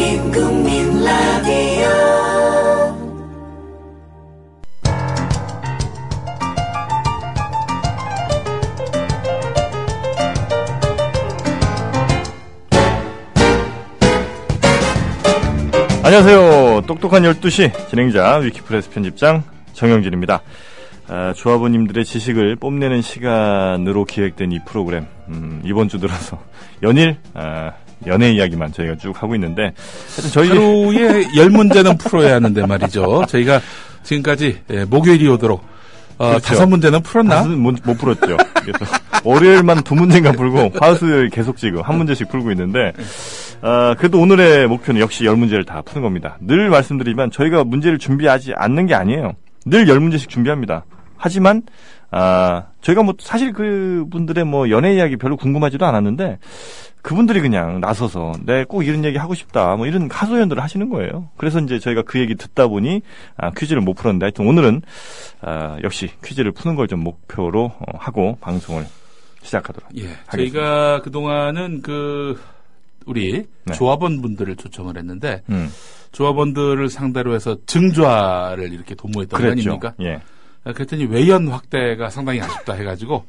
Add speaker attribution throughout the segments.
Speaker 1: 국민 라디오
Speaker 2: 안녕하세요. 똑똑한 12시 진행자 위키프레스 편집장 정영진입니다. 아, 조합원님들의 지식을 뽐내는 시간으로 기획된 이 프로그램 음, 이번 주 들어서 연일 아, 연애 이야기만 저희가 쭉 하고 있는데 하여튼 저희
Speaker 3: 하루에
Speaker 2: 예.
Speaker 3: 열 문제는 풀어야 하는데 말이죠. 저희가 지금까지 예, 목요일이 오도록 어,
Speaker 2: 그렇죠.
Speaker 3: 다섯 문제는 풀었나?
Speaker 2: 다수는 못, 못 풀었죠. 그래서 월요일만 두 문제인가 풀고 화수요일 계속 지금 한 문제씩 풀고 있는데 아, 그래도 오늘의 목표는 역시 열 문제를 다 푸는 겁니다. 늘 말씀드리지만 저희가 문제를 준비하지 않는 게 아니에요. 늘 열 문제씩 준비합니다. 하지만 아, 저희가 뭐 사실 그분들의 뭐 연애 이야기 별로 궁금하지도 않았는데 그분들이 그냥 나서서 내 꼭 이런 얘기 하고 싶다 뭐 이런 하소연들을 하시는 거예요. 그래서 이제 저희가 그 얘기 듣다 보니 아, 퀴즈를 못 풀었는데 하여튼 오늘은 아, 역시 퀴즈를 푸는 걸 좀 목표로 어, 하고 방송을 시작하도록.
Speaker 3: 예,
Speaker 2: 하겠습니다.
Speaker 3: 저희가 그동안은 그 우리
Speaker 2: 네.
Speaker 3: 조합원 분들을 초청을 했는데
Speaker 2: 음,
Speaker 3: 조합원들을 상대로 해서 증좌를 이렇게 도모했던 거
Speaker 2: 그랬죠.
Speaker 3: 아닙니까?
Speaker 2: 예.
Speaker 3: 아, 그랬더니 외연 확대가 상당히 아쉽다 해가지고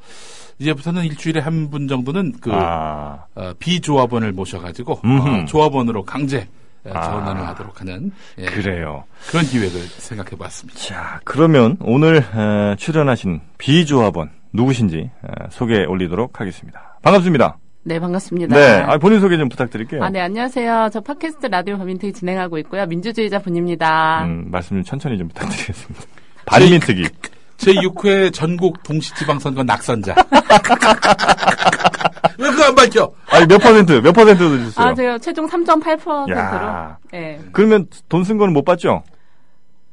Speaker 3: 이제부터는 일주일에 한 분 정도는 그
Speaker 2: 아,
Speaker 3: 어, 비조합원을 모셔가지고
Speaker 2: 음흠.
Speaker 3: 어, 조합원으로 강제 예,
Speaker 2: 아.
Speaker 3: 전환을 하도록 하는 예,
Speaker 2: 그래요.
Speaker 3: 그런 기획을 생각해봤습니다.
Speaker 2: 자, 그러면 오늘 어, 출연하신 비조합원 누구신지 어, 소개 올리도록 하겠습니다. 반갑습니다.
Speaker 4: 네, 반갑습니다.
Speaker 2: 네, 아, 본인 소개 좀 부탁드릴게요.
Speaker 4: 아, 네, 안녕하세요. 저 팟캐스트 라디오 범인특위 진행하고 있고요. 민주주의자 분입니다.
Speaker 2: 음, 말씀 좀 천천히 좀 부탁드리겠습니다. 발민특위.
Speaker 4: 그
Speaker 3: 제6회 전국 동시지방선거 낙선자. 왜 그거 안 밝혀?
Speaker 2: 아니 몇 퍼센트, 몇 퍼센트 주셨어요?
Speaker 4: 아, 제가 최종 3.8%로.
Speaker 2: 야.
Speaker 4: 예.
Speaker 2: 그러면 돈 쓴 거는 못 받죠?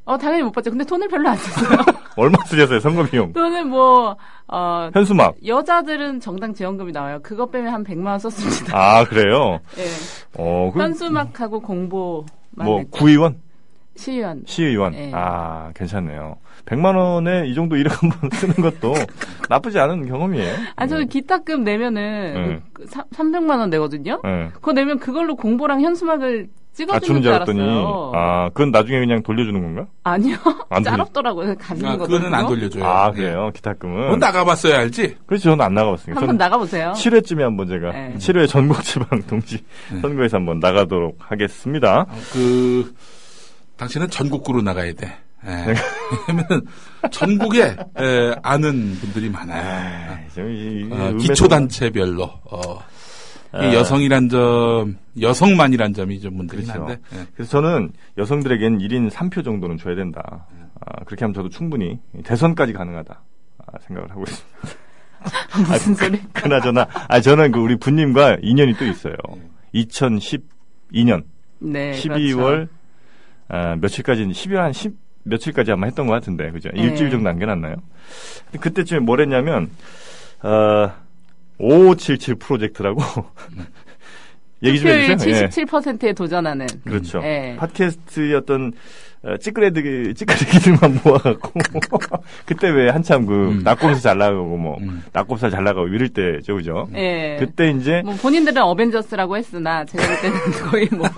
Speaker 4: 어, 당연히 못 봤죠. 근데 돈을 별로 안 썼어요.
Speaker 2: 얼마 쓰셨어요, 선거 비용?
Speaker 4: 돈은 뭐, 어,
Speaker 2: 현수막.
Speaker 4: 여자들은 정당 지원금이 나와요. 그것 빼면 한 100만 원 썼습니다.
Speaker 2: 아, 그래요?
Speaker 4: 예.
Speaker 2: 어, 그,
Speaker 4: 현수막하고 공보만
Speaker 2: 뭐,
Speaker 4: 했고.
Speaker 2: 구의원?
Speaker 4: 시의원.
Speaker 2: 시의원?
Speaker 4: 네.
Speaker 2: 아, 괜찮네요. 100만 원에 이 정도 이력 한번 쓰는 것도 나쁘지 않은 경험이에요.
Speaker 4: 아, 저 기타금 내면은
Speaker 2: 음.
Speaker 4: 그 사- 300만 원 내거든요.
Speaker 2: 예.
Speaker 4: 그거 내면 그걸로 공보랑 현수막을
Speaker 2: 아,
Speaker 4: 찍어주는
Speaker 2: 주는 줄 알았더니,
Speaker 4: 알았어요.
Speaker 2: 아, 그건 나중에 그냥 돌려주는 건가?
Speaker 4: 아니요.
Speaker 2: 안 돌려-
Speaker 4: 짜롭더라고요. 가는
Speaker 3: 아,
Speaker 4: 거거든요.
Speaker 3: 그거는 안 돌려줘요.
Speaker 2: 아, 그래요? 기타금은.
Speaker 3: 뭐 네. 나가봤어야 알지?
Speaker 2: 그렇지, 저는 안 나가봤으니까.
Speaker 4: 한번
Speaker 2: 저는
Speaker 4: 나가보세요.
Speaker 2: 7회쯤에 한번 제가
Speaker 4: 네.
Speaker 2: 7회 전국지방 동시 선거에서 한번 나가도록 하겠습니다.
Speaker 3: 아, 그, 당신은 전국구로 나가야 돼. 예.
Speaker 2: 네.
Speaker 3: 왜냐면 전국에 예, 아는 분들이 많아요.
Speaker 2: 에이, 좀 이- 이
Speaker 3: 어,
Speaker 2: 음에서-
Speaker 3: 기초단체별로. 어, 이 여성이란 점, 여성만이란 점이 좀 문제긴
Speaker 2: 예. 그렇죠.
Speaker 3: 한데. 예.
Speaker 2: 그래서 저는 여성들에겐 1인 3표 정도는 줘야 된다. 아, 그렇게 하면 저도 충분히 대선까지 가능하다 아, 생각을 하고 있습니다.
Speaker 4: 무슨 소리?
Speaker 2: 그나저나 아, 저는 그 우리 부님과 인연이 또 있어요. 2012년
Speaker 4: 네.
Speaker 2: 12월 아, 며칠까지 12월 한 10, 며칠까지 아마 했던 것 같은데 그죠?
Speaker 4: 네.
Speaker 2: 일주일 정도 남겨놨나요? 근데 그때쯤에 뭘 했냐면 어, 5577 프로젝트라고 얘기 좀
Speaker 4: 투표율
Speaker 2: 해주세요. 예.
Speaker 4: 77%에 도전하는.
Speaker 2: 그렇죠.
Speaker 4: 예.
Speaker 2: 팟캐스트의 어떤 어, 찌끄레드 찌끄레기들만 모아갖고 그때 왜 한참 그
Speaker 3: 음.
Speaker 2: 낙곱살 잘 나가고 뭐
Speaker 3: 음.
Speaker 2: 낙곱살 잘 나가고 이럴 때죠, 그죠?
Speaker 4: 예.
Speaker 2: 그때 이제
Speaker 4: 뭐 본인들은 어벤져스라고 했으나 제가 볼 때는 거의 뭐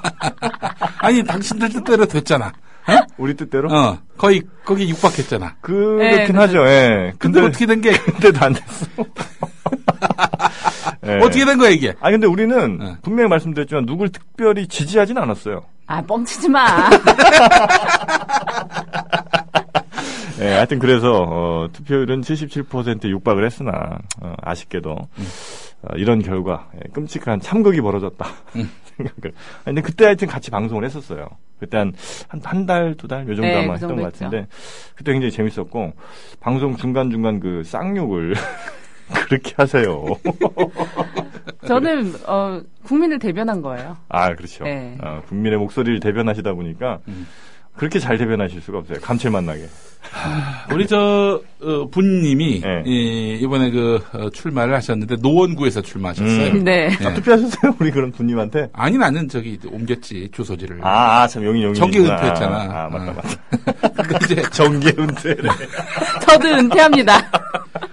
Speaker 3: 아니, 당신들 뜻대로 됐잖아.
Speaker 2: 우리 뜻대로
Speaker 3: 어, 거의, 거기 육박했잖아.
Speaker 2: 그렇긴
Speaker 4: 네,
Speaker 2: 하죠. 예. 근데
Speaker 3: 근데, 어떻게 된 게,
Speaker 2: 그때도 안 됐어. 예.
Speaker 3: 어떻게 된 거야, 이게?
Speaker 2: 아 근데 우리는
Speaker 3: 네.
Speaker 2: 분명히 말씀드렸지만 누굴 특별히 지지하진 않았어요.
Speaker 4: 아, 뻥치지 마.
Speaker 2: 예, 하여튼 그래서 어, 투표율은 77%에 육박을 했으나 어, 아쉽게도 어, 이런 결과 예, 끔찍한 참극이 벌어졌다
Speaker 4: 음.
Speaker 2: 생각을. 아니, 근데 그때 하여튼 같이 방송을 했었어요. 그때 한한달두 달 요 정도
Speaker 4: 네,
Speaker 2: 아마
Speaker 4: 그
Speaker 2: 했던
Speaker 4: 정도
Speaker 2: 것
Speaker 4: 했죠.
Speaker 2: 같은데 그때 굉장히 재밌었고 방송 중간 중간 그 쌍욕을 그렇게 하세요.
Speaker 4: 저는 어, 국민을 대변한 거예요.
Speaker 2: 아 그렇죠.
Speaker 4: 네. 음.
Speaker 2: 어, 국민의 목소리를 대변하시다 보니까 그렇게 잘 대변하실 수가 없어요. 감칠맛 나게.
Speaker 3: 우리 저, 어, 분님이,
Speaker 2: 예.
Speaker 3: 이, 이번에 그, 어, 출마를 하셨는데, 노원구에서 출마하셨어요.
Speaker 2: 음.
Speaker 4: 네.
Speaker 3: 예.
Speaker 2: 아, 투표하셨어요 우리 그런 분님한테?
Speaker 3: 아니, 나는 저기, 이제 옮겼지, 주소지를.
Speaker 2: 아, 아, 참, 용인, 용인.
Speaker 3: 정계 은퇴했잖아.
Speaker 2: 아, 맞다,
Speaker 3: 어.
Speaker 2: 맞다.
Speaker 3: 근데 이제,
Speaker 2: 정계 은퇴. 예.
Speaker 4: 저도 은퇴합니다.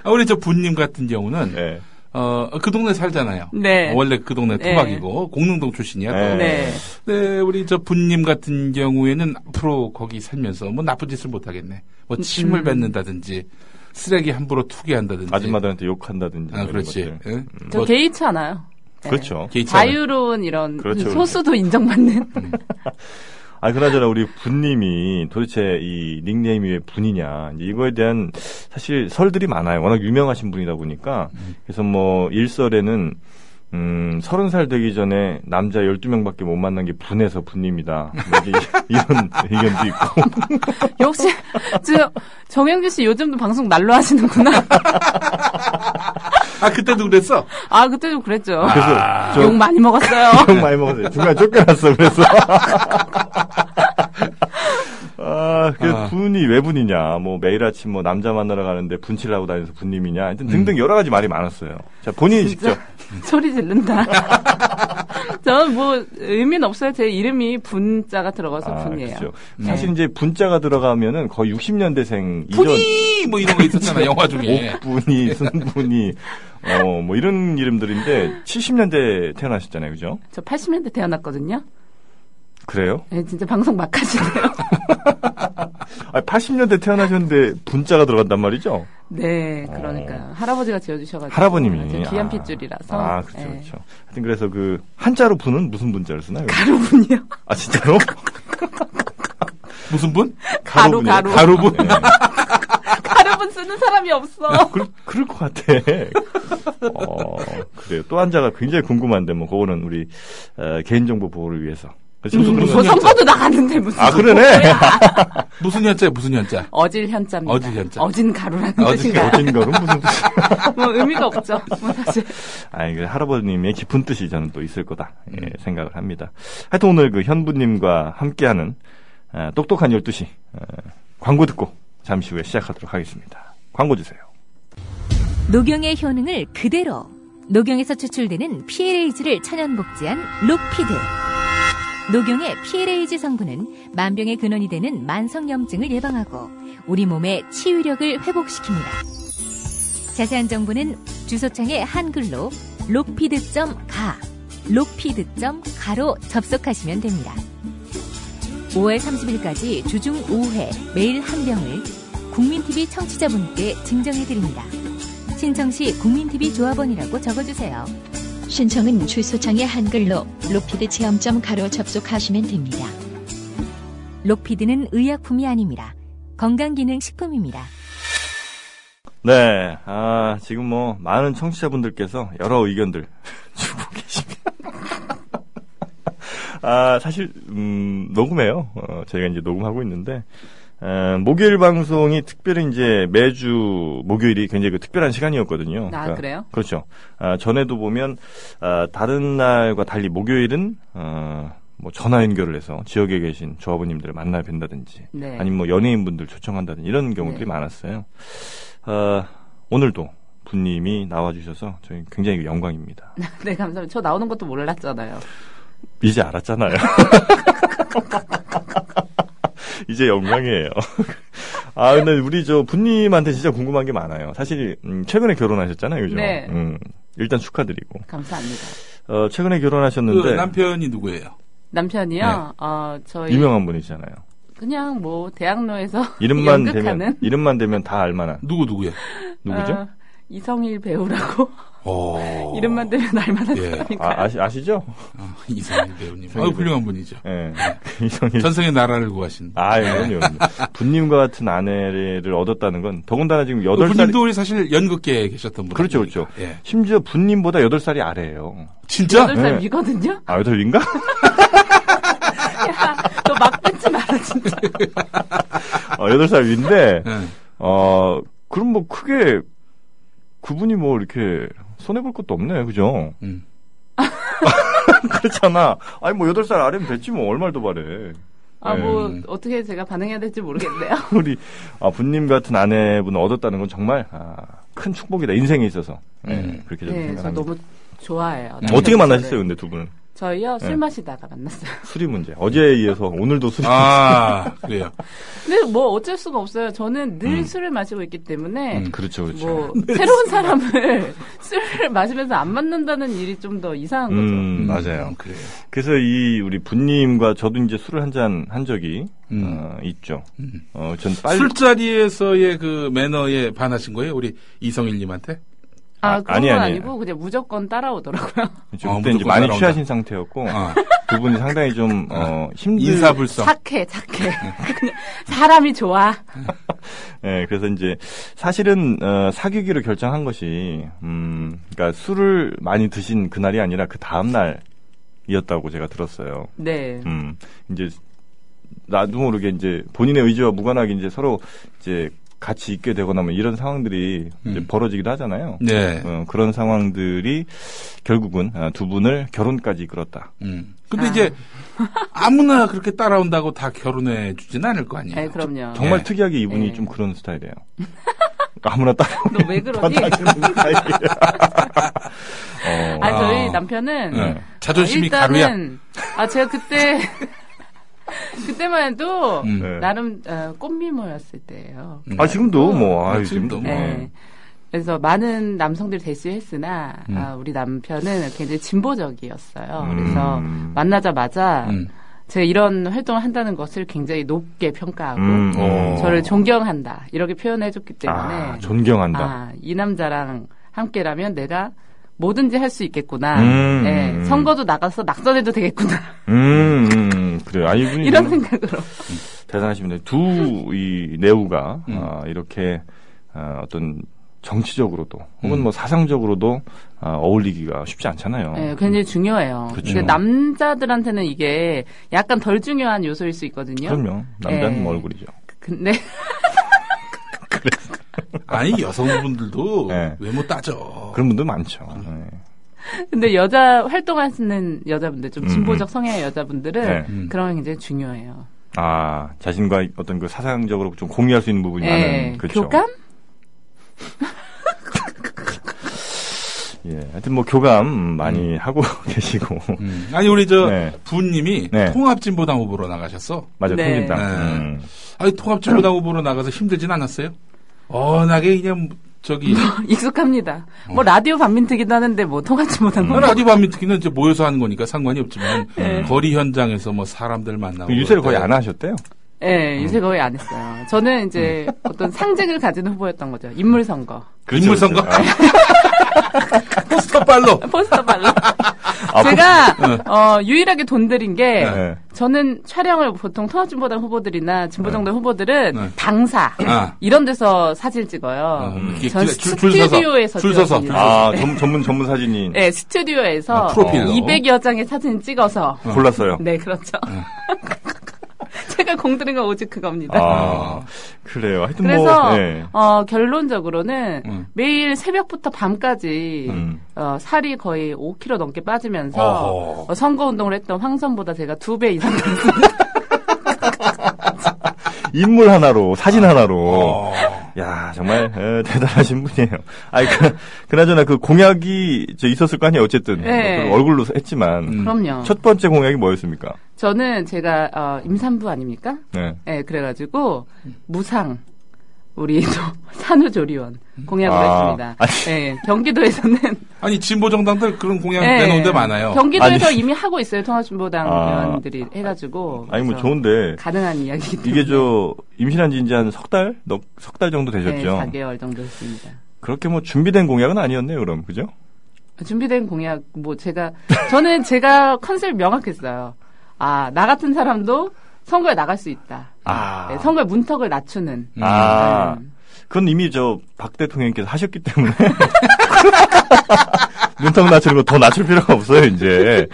Speaker 3: 아, 우리 저 분님 같은 경우는,
Speaker 2: 네.
Speaker 3: 어, 그 동네 살잖아요.
Speaker 4: 네.
Speaker 3: 어, 원래 그 동네
Speaker 4: 네.
Speaker 3: 토박이고 공릉동 출신이야.
Speaker 2: 네.
Speaker 3: 또. 네, 우리 저 분님 같은 경우에는 앞으로 거기 살면서 뭐 나쁜 짓을 못 하겠네. 뭐 침을
Speaker 4: 음.
Speaker 3: 뱉는다든지 쓰레기 함부로 투기한다든지.
Speaker 2: 아줌마들한테 욕한다든지
Speaker 3: 아,
Speaker 2: 이런
Speaker 3: 그렇지.
Speaker 2: 것들.
Speaker 3: 예?
Speaker 4: 저
Speaker 3: 뭐
Speaker 4: 개의치 않아요. 네.
Speaker 2: 그렇죠.
Speaker 3: 게이츠
Speaker 4: 자유로운 이런
Speaker 2: 그렇죠, 음.
Speaker 4: 소수도 인정받는.
Speaker 2: 아, 그나저나 우리 분님이 도대체 이 닉네임이 왜 분이냐. 이제 이거에 대한 사실 설들이 많아요. 워낙 유명하신 분이다 보니까. 그래서 뭐 일설에는 음, 서른 살 되기 전에 남자 12명밖에 못 만난 게 분해서 분입니다. 뭐 이게 이런 의견도 있고.
Speaker 4: 역시 저 정영준 씨 요즘도 방송 날로 하시는구나.
Speaker 3: 아, 그때도 그랬어?
Speaker 4: 아 그때도 그랬죠.
Speaker 2: 그래서
Speaker 3: 아,
Speaker 2: 저
Speaker 4: 아, 욕 많이 먹었어요.
Speaker 2: 엄청 많이 먹었어요. 중간에 쫓겨났어, 그래서. 아, 그래서
Speaker 3: 아.
Speaker 2: 분이 왜 분이냐, 뭐 매일 아침 뭐 남자 만나러 가는데 분칠 하고 다니면서 분님이냐, 하여튼 등등 여러 가지 말이 많았어요. 자, 본인이 직접.
Speaker 4: 소리 지른다. 저는 뭐 의미는 없어요. 제 이름이 분자가 들어가서
Speaker 2: 아,
Speaker 4: 분이에요.
Speaker 2: 그렇죠. 사실 이제 분자가 들어가면은 거의 60년대생 이전
Speaker 3: 분이! 뭐 이런 거 있었잖아, 영화 중에.
Speaker 2: 옥분이, 승분이, 어, 뭐 이런 이름들인데 70년대 태어나셨잖아요, 그죠?
Speaker 4: 저 80년대 태어났거든요.
Speaker 2: 그래요?
Speaker 4: 네, 진짜 방송 막 하시네요.
Speaker 2: 아, 80년대 태어나셨는데 분자가 들어간단 말이죠?
Speaker 4: 네, 그러니까 할아버지가 지어주셔가지고
Speaker 2: 어. 할아버님이.
Speaker 4: 저 귀한
Speaker 2: 아.
Speaker 4: 핏줄이라서
Speaker 2: 아, 그렇죠,
Speaker 4: 네.
Speaker 2: 그렇죠. 하여튼 그래서 그 한자로 분은 무슨 분자를 쓰나요?
Speaker 4: 가루분이요.
Speaker 2: 아 진짜로?
Speaker 3: 무슨 분?
Speaker 4: 가루,
Speaker 2: 가로분이요?
Speaker 4: 가루. 네.
Speaker 2: 가로분.
Speaker 4: 가루분 쓰는 사람이 없어.
Speaker 2: 그럴, 그럴 것 같아. 어, 그래요. 또 한자가 굉장히 궁금한데 뭐 그거는 우리 어, 개인정보 보호를 위해서. 그렇죠?
Speaker 3: 무슨
Speaker 4: 뭐
Speaker 3: 분이었죠?
Speaker 4: 선거도 나갔는데 무슨
Speaker 2: 아 그러네.
Speaker 3: 무슨 현자야, 무슨 현자?
Speaker 4: 어질 현자입니다.
Speaker 3: 어질 현자.
Speaker 4: 어진 가루라는
Speaker 3: 어진
Speaker 4: 뜻인가요?
Speaker 2: 어진 거는 무슨 뜻이?
Speaker 4: 뭐 의미가 없죠. 뭐 사실
Speaker 2: 아니 그 할아버님의 깊은 뜻이 저는 또 있을 거다 예, 생각을 합니다. 하여튼 오늘 그 현부님과 함께하는 아, 똑똑한 12시 어, 광고 듣고 잠시 후에 시작하도록 하겠습니다. 광고 주세요.
Speaker 5: 녹용의 효능을 그대로 녹용에서 추출되는 PLAG를 천연복지한 록피드 녹용의 PLAG 성분은 만병의 근원이 되는 만성염증을 예방하고 우리 몸의 치유력을 회복시킵니다 자세한 정보는 주소창에 한글로 록피드.가 록피드.가로 접속하시면 됩니다 5월 30일까지 주중 5회 매일 한 병을 국민TV 청취자분께 증정해드립니다 신청 시 국민TV 조합원이라고 적어주세요.
Speaker 6: 신청은 주소창에 한글로 로피드 체험점 가로 접속하시면 됩니다.
Speaker 5: 록피드는 의약품이 아닙니다. 건강기능식품입니다.
Speaker 2: 네, 아, 지금 뭐, 많은 청취자분들께서 여러 의견들 주고 계십니다. 아, 사실, 음, 녹음해요. 어, 저희가 이제 녹음하고 있는데, 어, 목요일 방송이 특별히 이제 매주 목요일이 굉장히 그 특별한 시간이었거든요.
Speaker 4: 아, 그래요?
Speaker 2: 그렇죠. 아, 전에도 보면, 아, 다른 날과 달리 목요일은, 어, 뭐 전화 연결을 해서 지역에 계신 조합원님들을 만나 뵌다든지
Speaker 4: 네.
Speaker 2: 아니면 뭐 연예인분들 초청한다든지 이런 경우들이
Speaker 4: 네.
Speaker 2: 많았어요. 어, 오늘도 분님이 나와주셔서 저희 굉장히 영광입니다.
Speaker 4: 네 감사합니다. 저 나오는 것도 몰랐잖아요.
Speaker 2: 이제 알았잖아요. 이제 영광이에요. 아, 근데 우리 저 분님한테 진짜 궁금한 게 많아요. 사실, 음, 최근에 결혼하셨잖아요, 그죠?
Speaker 4: 네.
Speaker 2: 음, 일단 축하드리고.
Speaker 4: 감사합니다.
Speaker 2: 어, 최근에
Speaker 3: 그
Speaker 2: 결혼하셨는데,
Speaker 3: 남편이 누구예요?
Speaker 4: 남편이요.
Speaker 3: 네.
Speaker 4: 어, 저희
Speaker 2: 유명한 분이잖아요.
Speaker 4: 그냥 뭐 대학로에서
Speaker 2: 이름만
Speaker 4: 연극하는
Speaker 2: 되면, 이름만 되면 다 알만한.
Speaker 3: 누구 누구예요?
Speaker 2: 누구죠? 아,
Speaker 4: 어, 이성일 배우라고
Speaker 3: 오.
Speaker 4: 이름만 되면 알만한
Speaker 3: 예.
Speaker 4: 사람인가요?
Speaker 2: 아, 아시, 아시죠?
Speaker 3: 아, 이상일 배우님. 아, 훌륭한 분이죠.
Speaker 2: 예. 이성일
Speaker 3: 전생의 나라를 구하신.
Speaker 2: 아, 예, 그럼요. 그럼요. 분님과 같은 아내를 얻었다는 건 더군다나 지금
Speaker 3: 그
Speaker 2: 여덟 살이
Speaker 3: 분님도 우리 사실 연극계에 계셨던 분.
Speaker 2: 그렇죠, 그렇죠.
Speaker 3: 예.
Speaker 2: 심지어 분님보다 여덟 살이 아래예요.
Speaker 3: 진짜?
Speaker 4: 여덟 살
Speaker 2: 네.
Speaker 4: 위거든요.
Speaker 2: 아, 여덟 인가?
Speaker 4: 너막 뱉지 마라 진짜.
Speaker 2: 어, 여덟 살 위인데
Speaker 3: 예.
Speaker 2: 어, 그럼 뭐 크게 그분이 뭐 이렇게 손해 볼 것도 없네. 그죠?
Speaker 3: 음.
Speaker 2: 그렇잖아. 아니 뭐 여덟 살 아래면 됐지 뭐 얼마를 더 바래.
Speaker 4: 아 뭐
Speaker 3: 음.
Speaker 4: 어떻게 제가 반응해야 될지 모르겠네요.
Speaker 2: 우리 아, 분님 같은 아내분을 얻었다는 건 정말 아, 큰 축복이다. 인생에 있어서. 네,
Speaker 3: 음.
Speaker 2: 그렇게 저는
Speaker 4: 네, 저
Speaker 2: 생각합니다.
Speaker 4: 너무 좋아해요.
Speaker 2: 어떻게 만나셨어요, 근데 두 분은?
Speaker 4: 저희요 술
Speaker 2: 네.
Speaker 4: 마시다가 만났어요.
Speaker 2: 수리 문제. 어제에
Speaker 4: 네.
Speaker 2: 이어서 오늘도 수리
Speaker 3: 아, 그래요.
Speaker 4: 근데 뭐 어쩔 수가 없어요. 저는 늘
Speaker 2: 음.
Speaker 4: 술을 마시고 있기 때문에
Speaker 2: 문제. 음, 그렇죠, 그렇죠.
Speaker 4: 뭐 새로운 사람을 술을 마시면서 안 만난다는 일이 좀 더 이상한 거죠.
Speaker 2: 음, 맞아요.
Speaker 3: 음, 그래요.
Speaker 2: 그래서 이 우리 분님과 저도 이제 술을 한 잔 한 적이
Speaker 3: 음.
Speaker 2: 어, 있죠.
Speaker 3: 음.
Speaker 2: 어, 전 빨리
Speaker 3: 술자리에서의 그 매너에 반하신 거예요? 우리 이성일님한테?
Speaker 4: 아,
Speaker 2: 아,
Speaker 4: 그건
Speaker 2: 아니,
Speaker 4: 아니,
Speaker 2: 아니.
Speaker 4: 고 그냥 무조건 따라오더라고요.
Speaker 2: 그때
Speaker 3: 어,
Speaker 2: 이제
Speaker 3: 무조건
Speaker 2: 많이
Speaker 3: 따라온다.
Speaker 2: 취하신 상태였고
Speaker 3: 아,
Speaker 2: 두 분이 상당히 좀 어, 힘들
Speaker 3: 인사불성.
Speaker 4: 착해, 착해. 그냥 사람이 좋아.
Speaker 2: 예, 그래서 이제 사실은 어, 사귀기로 결정한 것이 음, 그러니까 술을 많이 드신 그날이 아니라 그 다음 날이었다고 제가 들었어요.
Speaker 4: 네.
Speaker 2: 음, 이제 나도 모르게 이제 본인의 의지와 무관하게 이제 서로 이제 같이 있게 되거나 뭐 이런 상황들이 이제
Speaker 3: 음.
Speaker 2: 벌어지기도 하잖아요.
Speaker 3: 네.
Speaker 2: 어, 그런 상황들이 결국은 아, 두 분을 결혼까지 이끌었다.
Speaker 3: 음. 근데
Speaker 4: 아.
Speaker 3: 이제 아무나 그렇게 따라온다고 다 결혼해 주진 않을 거 아니에요.
Speaker 4: 네, 그럼요.
Speaker 2: 정말
Speaker 3: 네.
Speaker 2: 특이하게 이분이
Speaker 4: 네.
Speaker 2: 좀 그런 스타일이에요. 그러니까 아무나 따라
Speaker 4: 너 왜 그러니?
Speaker 2: 어,
Speaker 4: 아, 저희
Speaker 3: 아.
Speaker 4: 남편은
Speaker 3: 네. 자존심이
Speaker 4: 아,
Speaker 3: 가루야.
Speaker 4: 일단은 아 제가 그때 그때만 해도
Speaker 3: 음.
Speaker 2: 네.
Speaker 4: 나름 어, 꽃미모였을 때예요.
Speaker 2: 아, 지금도
Speaker 4: 어.
Speaker 2: 뭐, 아,
Speaker 3: 네, 지금도
Speaker 2: 지금도
Speaker 3: 뭐.
Speaker 4: 네. 그래서 많은 남성들이 대수했으나 아, 우리 남편은 굉장히 진보적이었어요. 그래서
Speaker 2: 음. 음.
Speaker 4: 만나자마자
Speaker 3: 음.
Speaker 4: 제가 이런 활동을 한다는 것을 굉장히 높게 평가하고
Speaker 2: 음, 어.
Speaker 4: 저를 존경한다 이렇게 표현해줬기 때문에
Speaker 2: 아, 존경한다.
Speaker 4: 아, 이 남자랑 함께라면 내가 뭐든지 할 수 있겠구나.
Speaker 2: 음.
Speaker 4: 예, 선거도 나가서 낙선해도 되겠구나.
Speaker 2: 음, 음, 그래요. 아, 이분이
Speaker 4: 이런
Speaker 2: 좀
Speaker 4: 생각으로.
Speaker 2: 대단하십니다. 두 이 내우가
Speaker 4: 음.
Speaker 2: 아, 이렇게 아, 어떤 정치적으로도 혹은
Speaker 4: 음.
Speaker 2: 뭐 사상적으로도 아, 어울리기가 쉽지 않잖아요.
Speaker 4: 예, 굉장히 중요해요.
Speaker 2: 그쵸.
Speaker 4: 이게 남자들한테는 이게 약간 덜 중요한 요소일 수 있거든요.
Speaker 2: 그럼요. 남자는
Speaker 4: 예.
Speaker 2: 뭐 얼굴이죠.
Speaker 4: 근데
Speaker 3: 아니, 여성분들도
Speaker 2: 네.
Speaker 3: 외모 따져.
Speaker 2: 그런 분들 많죠. 예.
Speaker 4: 근데 여자 활동하시는 여자분들 좀 진보적 성향의 여자분들은
Speaker 2: 네.
Speaker 3: 음.
Speaker 4: 그런 게 굉장히 중요해요.
Speaker 2: 아, 자신과 어떤 그 사상적으로 좀 공유할 수 있는
Speaker 3: 음.
Speaker 2: 부분이
Speaker 3: 아,
Speaker 4: 예,
Speaker 3: 네.
Speaker 2: 많은 그렇죠.
Speaker 4: 교감?
Speaker 2: 예. 하여튼 뭐 교감 많이 하고 계시고.
Speaker 3: 음. 아니, 우리 저
Speaker 2: 네.
Speaker 3: 부님이
Speaker 2: 네.
Speaker 3: 통합진보당 후보로 나가셨어.
Speaker 2: 맞아,
Speaker 4: 네.
Speaker 2: 통진당.
Speaker 3: 네.
Speaker 2: 음.
Speaker 3: 아니, 통합진보당 후보로 나가서 힘들진 않았어요? 워낙에 그냥 저기
Speaker 4: 익숙합니다. 뭐 라디오 반민특이도 하는데 뭐 통하지 못한 거.
Speaker 3: 라디오 반미특기는 이제 모여서 하는 거니까 상관이 없지만 거리 현장에서 뭐 사람들 만나고
Speaker 2: 유세를 거의
Speaker 3: 그럴
Speaker 2: 안 하셨대요.
Speaker 4: 예, 요새 거의 안 했어요. 저는 이제
Speaker 3: 음.
Speaker 4: 어떤 상징을 가진 후보였던 거죠. 인물 선거.
Speaker 3: 때 인물 선거 포스터 빨로
Speaker 4: 포스터 발로.
Speaker 2: 아,
Speaker 3: 음.
Speaker 4: 제가 어, 유일하게 돈 들인 게
Speaker 2: 네.
Speaker 4: 저는 촬영을 보통 통합진보당 후보들이나 진보정당 후보들은
Speaker 3: 네.
Speaker 4: 당사
Speaker 3: 아.
Speaker 4: 이런 데서 사진 찍어요.
Speaker 3: 음. 이게
Speaker 4: 전
Speaker 3: 줄- 줄- 줄 서서.
Speaker 4: 스튜디오에서
Speaker 3: 줄 서서, 줄
Speaker 4: 찍었습니다.
Speaker 2: 아, 전, 전문 전문 사진인
Speaker 4: 네, 스튜디오에서
Speaker 3: 아, 프로필로.
Speaker 4: 200여 장의 사진 찍어서
Speaker 2: 골랐어요.
Speaker 4: 네, 그렇죠. 제가 공들인 건 오직 그겁니다.
Speaker 2: 아, 그래요. 하여튼
Speaker 4: 네. 그래서
Speaker 2: 뭐 예.
Speaker 4: 어, 결론적으로는
Speaker 3: 음.
Speaker 4: 매일 새벽부터 밤까지
Speaker 2: 음.
Speaker 4: 어, 살이 거의 5kg 넘게 빠지면서
Speaker 3: 어허.
Speaker 4: 어, 선거 운동을 했던 황선보다 제가 두 배 이상 늘었어요.
Speaker 2: 인물 하나로 사진 하나로
Speaker 3: 아. 어.
Speaker 2: 야 정말 에, 대단하신 분이에요. 아니 그, 그나저나 그 공약이 이제 있었을 거 아니에요. 어쨌든
Speaker 4: 네. 어.
Speaker 2: 그 얼굴로 했지만
Speaker 3: 음.
Speaker 4: 그럼요.
Speaker 2: 첫 번째 공약이 뭐였습니까?
Speaker 4: 저는 제가 어, 임산부 아닙니까?
Speaker 2: 네.
Speaker 4: 예, 그래가지고 무상 우리 또 산후조리원 공약을
Speaker 2: 아.
Speaker 4: 했습니다. 예, 경기도에서는
Speaker 3: 아니 진보 정당들 네. 그런 공약
Speaker 4: 예,
Speaker 3: 내놓은 데 많아요.
Speaker 4: 경기도에서
Speaker 2: 아니.
Speaker 4: 이미 하고 있어요. 통합진보당
Speaker 2: 아.
Speaker 4: 의원들이 해가지고
Speaker 2: 아니 뭐
Speaker 4: 그래서
Speaker 2: 좋은데
Speaker 4: 가능한 이야기이기 때문에
Speaker 2: 이게 저 임신한 지 이제 한 석 달 넉 석 달 정도 되셨죠.
Speaker 4: 네, 4개월 정도 했습니다.
Speaker 2: 그렇게 뭐 준비된 공약은 아니었네요. 그럼 그죠?
Speaker 4: 준비된 공약 뭐 제가 저는 제가 컨셉 명확했어요. 아, 나 같은 사람도 선거에 나갈 수 있다.
Speaker 2: 아.
Speaker 4: 네, 선거의 문턱을 낮추는
Speaker 2: 아,
Speaker 4: 음.
Speaker 2: 그건 이미 저 박 대통령께서 하셨기 때문에 문턱 낮추는 거 더 낮출 필요가 없어요 이제.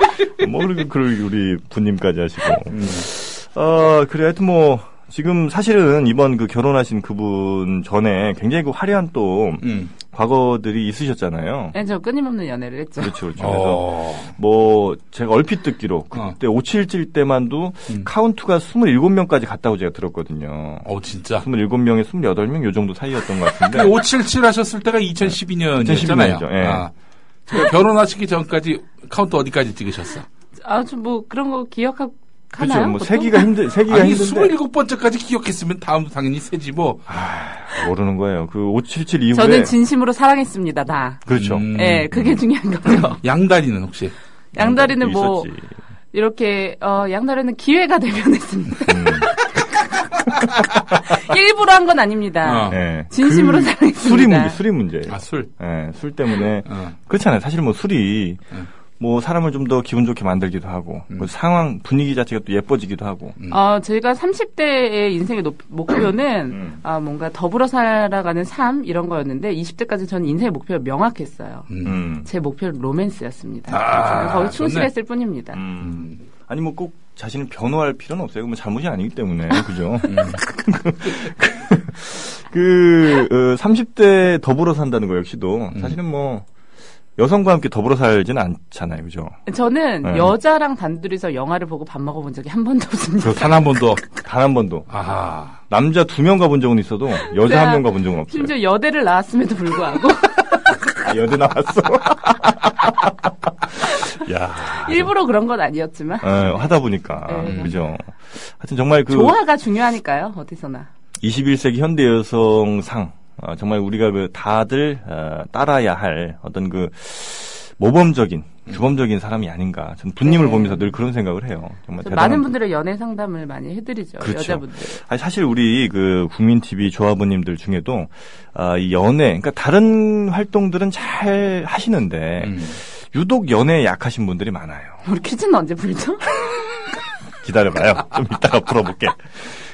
Speaker 2: 뭐 그리고 그 우리 부님까지 하시고.
Speaker 3: 음.
Speaker 2: 어 그래 하여튼 뭐 지금 사실은 이번 그 결혼하신 그분 전에 굉장히 그 화려한 또
Speaker 3: 음.
Speaker 2: 과거들이 있으셨잖아요.
Speaker 4: 네, 저 끊임없는 연애를 했죠.
Speaker 2: 그렇죠, 그렇죠. 그래서
Speaker 3: 어.
Speaker 2: 뭐 제가 얼핏 듣기로 그때 577 때만도
Speaker 3: 음.
Speaker 2: 카운트가 27명까지 갔다고 제가 들었거든요.
Speaker 3: 어 진짜.
Speaker 2: 27명에 28명 요 정도 사이였던 것 같은데.
Speaker 3: 577 하셨을 때가 2012년이었잖아요.
Speaker 2: 2012년 이죠, 예.
Speaker 3: 결혼하시기 전까지 카운트 어디까지 찍으셨어?
Speaker 4: 아주 뭐 그런 거 기억하나요?
Speaker 2: 그렇죠. 뭐 세기가 힘들 세기가
Speaker 3: 아니
Speaker 2: 힘든데
Speaker 3: 27번째까지 기억했으면 다음도 당연히 세지 뭐.
Speaker 2: 모르는 거예요. 그 577 이후에
Speaker 4: 저는 진심으로 사랑했습니다, 나.
Speaker 2: 그렇죠.
Speaker 3: 음.
Speaker 4: 예, 그게 중요한 거죠.
Speaker 3: 양다리는 혹시
Speaker 4: 양다리는 뭐
Speaker 2: 있었지.
Speaker 4: 이렇게 어, 양다리는 기회가 되면 했습니다. 일부러 한 건 아닙니다.
Speaker 3: 어.
Speaker 2: 예.
Speaker 4: 진심으로
Speaker 2: 그
Speaker 4: 사랑했습니다.
Speaker 2: 술이 문제, 술이 문제.
Speaker 3: 아 술.
Speaker 2: 예, 술 때문에
Speaker 3: 어.
Speaker 2: 그렇잖아요. 사실 뭐 술이
Speaker 3: 음.
Speaker 2: 뭐 사람을 좀 더 기분 좋게 만들기도 하고 뭐 상황 분위기 자체가 또 예뻐지기도 하고
Speaker 4: 어, 저희가 30대의 인생의 높- 목표는 아, 뭔가 더불어 살아가는 삶 이런 거였는데 20대까지 저는 인생의 목표가 명확했어요.
Speaker 2: 음.
Speaker 4: 제 목표는 로맨스였습니다.
Speaker 3: 아,
Speaker 4: 저는
Speaker 3: 좋네.
Speaker 4: 거의 충실했을 뿐입니다.
Speaker 2: 음. 아니 뭐 꼭 자신을 변호할 필요는 없어요. 그러면 잘못이 아니기 때문에 그죠. 그 어, 30대 더불어 산다는 거 역시도 사실은 뭐 여성과 함께 더불어 살지는 않잖아요, 그죠.
Speaker 4: 저는
Speaker 2: 네.
Speaker 4: 여자랑 단둘이서 영화를 보고 밥 먹어본 적이 한 번도 없습니다.
Speaker 3: 단 한 번도.
Speaker 2: 단 한 번도
Speaker 3: 아.
Speaker 2: 남자 두 명 가본 적은 있어도 여자 한 명 가본 적은 없어요.
Speaker 4: 심지어 여대를 나왔음에도 불구하고
Speaker 2: 아, 여대 나왔어. 야,
Speaker 4: 일부러 그런 건 아니었지만
Speaker 2: 어, 하다 보니까
Speaker 4: 네.
Speaker 2: 그죠. 음. 하여튼 정말 그
Speaker 4: 조화가 중요하니까요 어디서나
Speaker 2: 21세기 현대 여성상 아, 정말 우리가 그 다들 어, 따라야 할 어떤 그 모범적인 규범적인 사람이 아닌가. 전 분님을
Speaker 4: 네.
Speaker 2: 보면서 늘 그런 생각을 해요. 정말
Speaker 4: 저
Speaker 2: 뭐 대단한
Speaker 4: 많은
Speaker 2: 분.
Speaker 4: 분들의 연애 상담을 많이 해드리죠
Speaker 2: 그렇죠.
Speaker 4: 여자분들
Speaker 2: 아니, 사실 우리 그 국민 TV 조합원님들 중에도 아, 이 연애, 그러니까 다른 활동들은 잘 하시는데
Speaker 3: 음.
Speaker 2: 유독 연애에 약하신 분들이 많아요.
Speaker 4: 우리 뭐 퀴즈는 언제 풀죠?
Speaker 2: 기다려봐요. 좀 이따가 풀어볼게.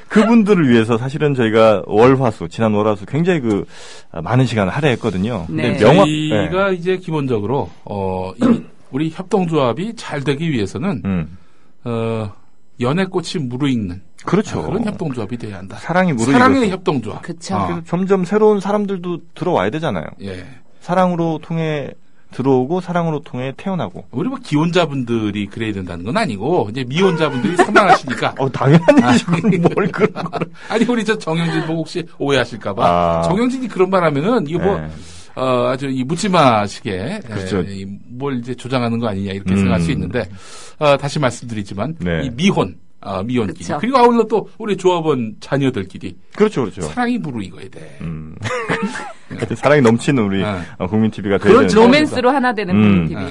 Speaker 2: 그분들을 위해서 사실은 저희가 월화수 지난 월화수 굉장히 그 아, 많은 시간 할애했거든요.
Speaker 4: 네.
Speaker 2: 명확- 네.
Speaker 3: 저희가 이제 기본적으로 어, 이 우리 협동조합이 잘 되기 위해서는
Speaker 2: 음.
Speaker 3: 어, 연애꽃이 무르익는
Speaker 2: 그렇죠.
Speaker 3: 아, 그런 협동조합이 돼야 한다.
Speaker 2: 사랑이 무르익어.
Speaker 3: 사랑의 협동조합.
Speaker 4: 어, 그쵸.
Speaker 3: 아,
Speaker 2: 그래서 점점 새로운 사람들도 들어와야 되잖아요.
Speaker 3: 예.
Speaker 2: 사랑으로 통해 들어오고 사랑으로 통해 태어나고.
Speaker 3: 우리 뭐 기혼자분들이 그래야 된다는 건 아니고 이제 미혼자분들이 사망하시니까
Speaker 2: 어
Speaker 3: 아.
Speaker 2: 당연한 일이고 뭘 그런 거를.
Speaker 3: 아니 우리 저 정영진 보고 혹시 오해하실까봐
Speaker 2: 아.
Speaker 3: 정영진이 그런 말 하면은 이거 뭐
Speaker 2: 네.
Speaker 3: 어, 아주 이 묻지마식에
Speaker 2: 그렇죠.
Speaker 3: 예, 이뭘 이제 조장하는 거 아니냐 이렇게
Speaker 2: 음.
Speaker 3: 생각할 수 있는데 어, 다시 말씀드리지만
Speaker 2: 네.
Speaker 3: 이 미혼 아, 미혼끼리
Speaker 4: 그쵸.
Speaker 3: 그리고 아울러 또 우리 조합원 자녀들끼리
Speaker 2: 그렇죠, 그렇죠.
Speaker 3: 사랑이 무르익어야 돼.
Speaker 2: 음. 사랑이 넘치는 우리
Speaker 3: 네.
Speaker 2: 어, 국민 TV가 되는.
Speaker 3: 그렇죠.
Speaker 4: 로맨스로 하나 되는
Speaker 2: 음.
Speaker 3: 예.
Speaker 4: TV.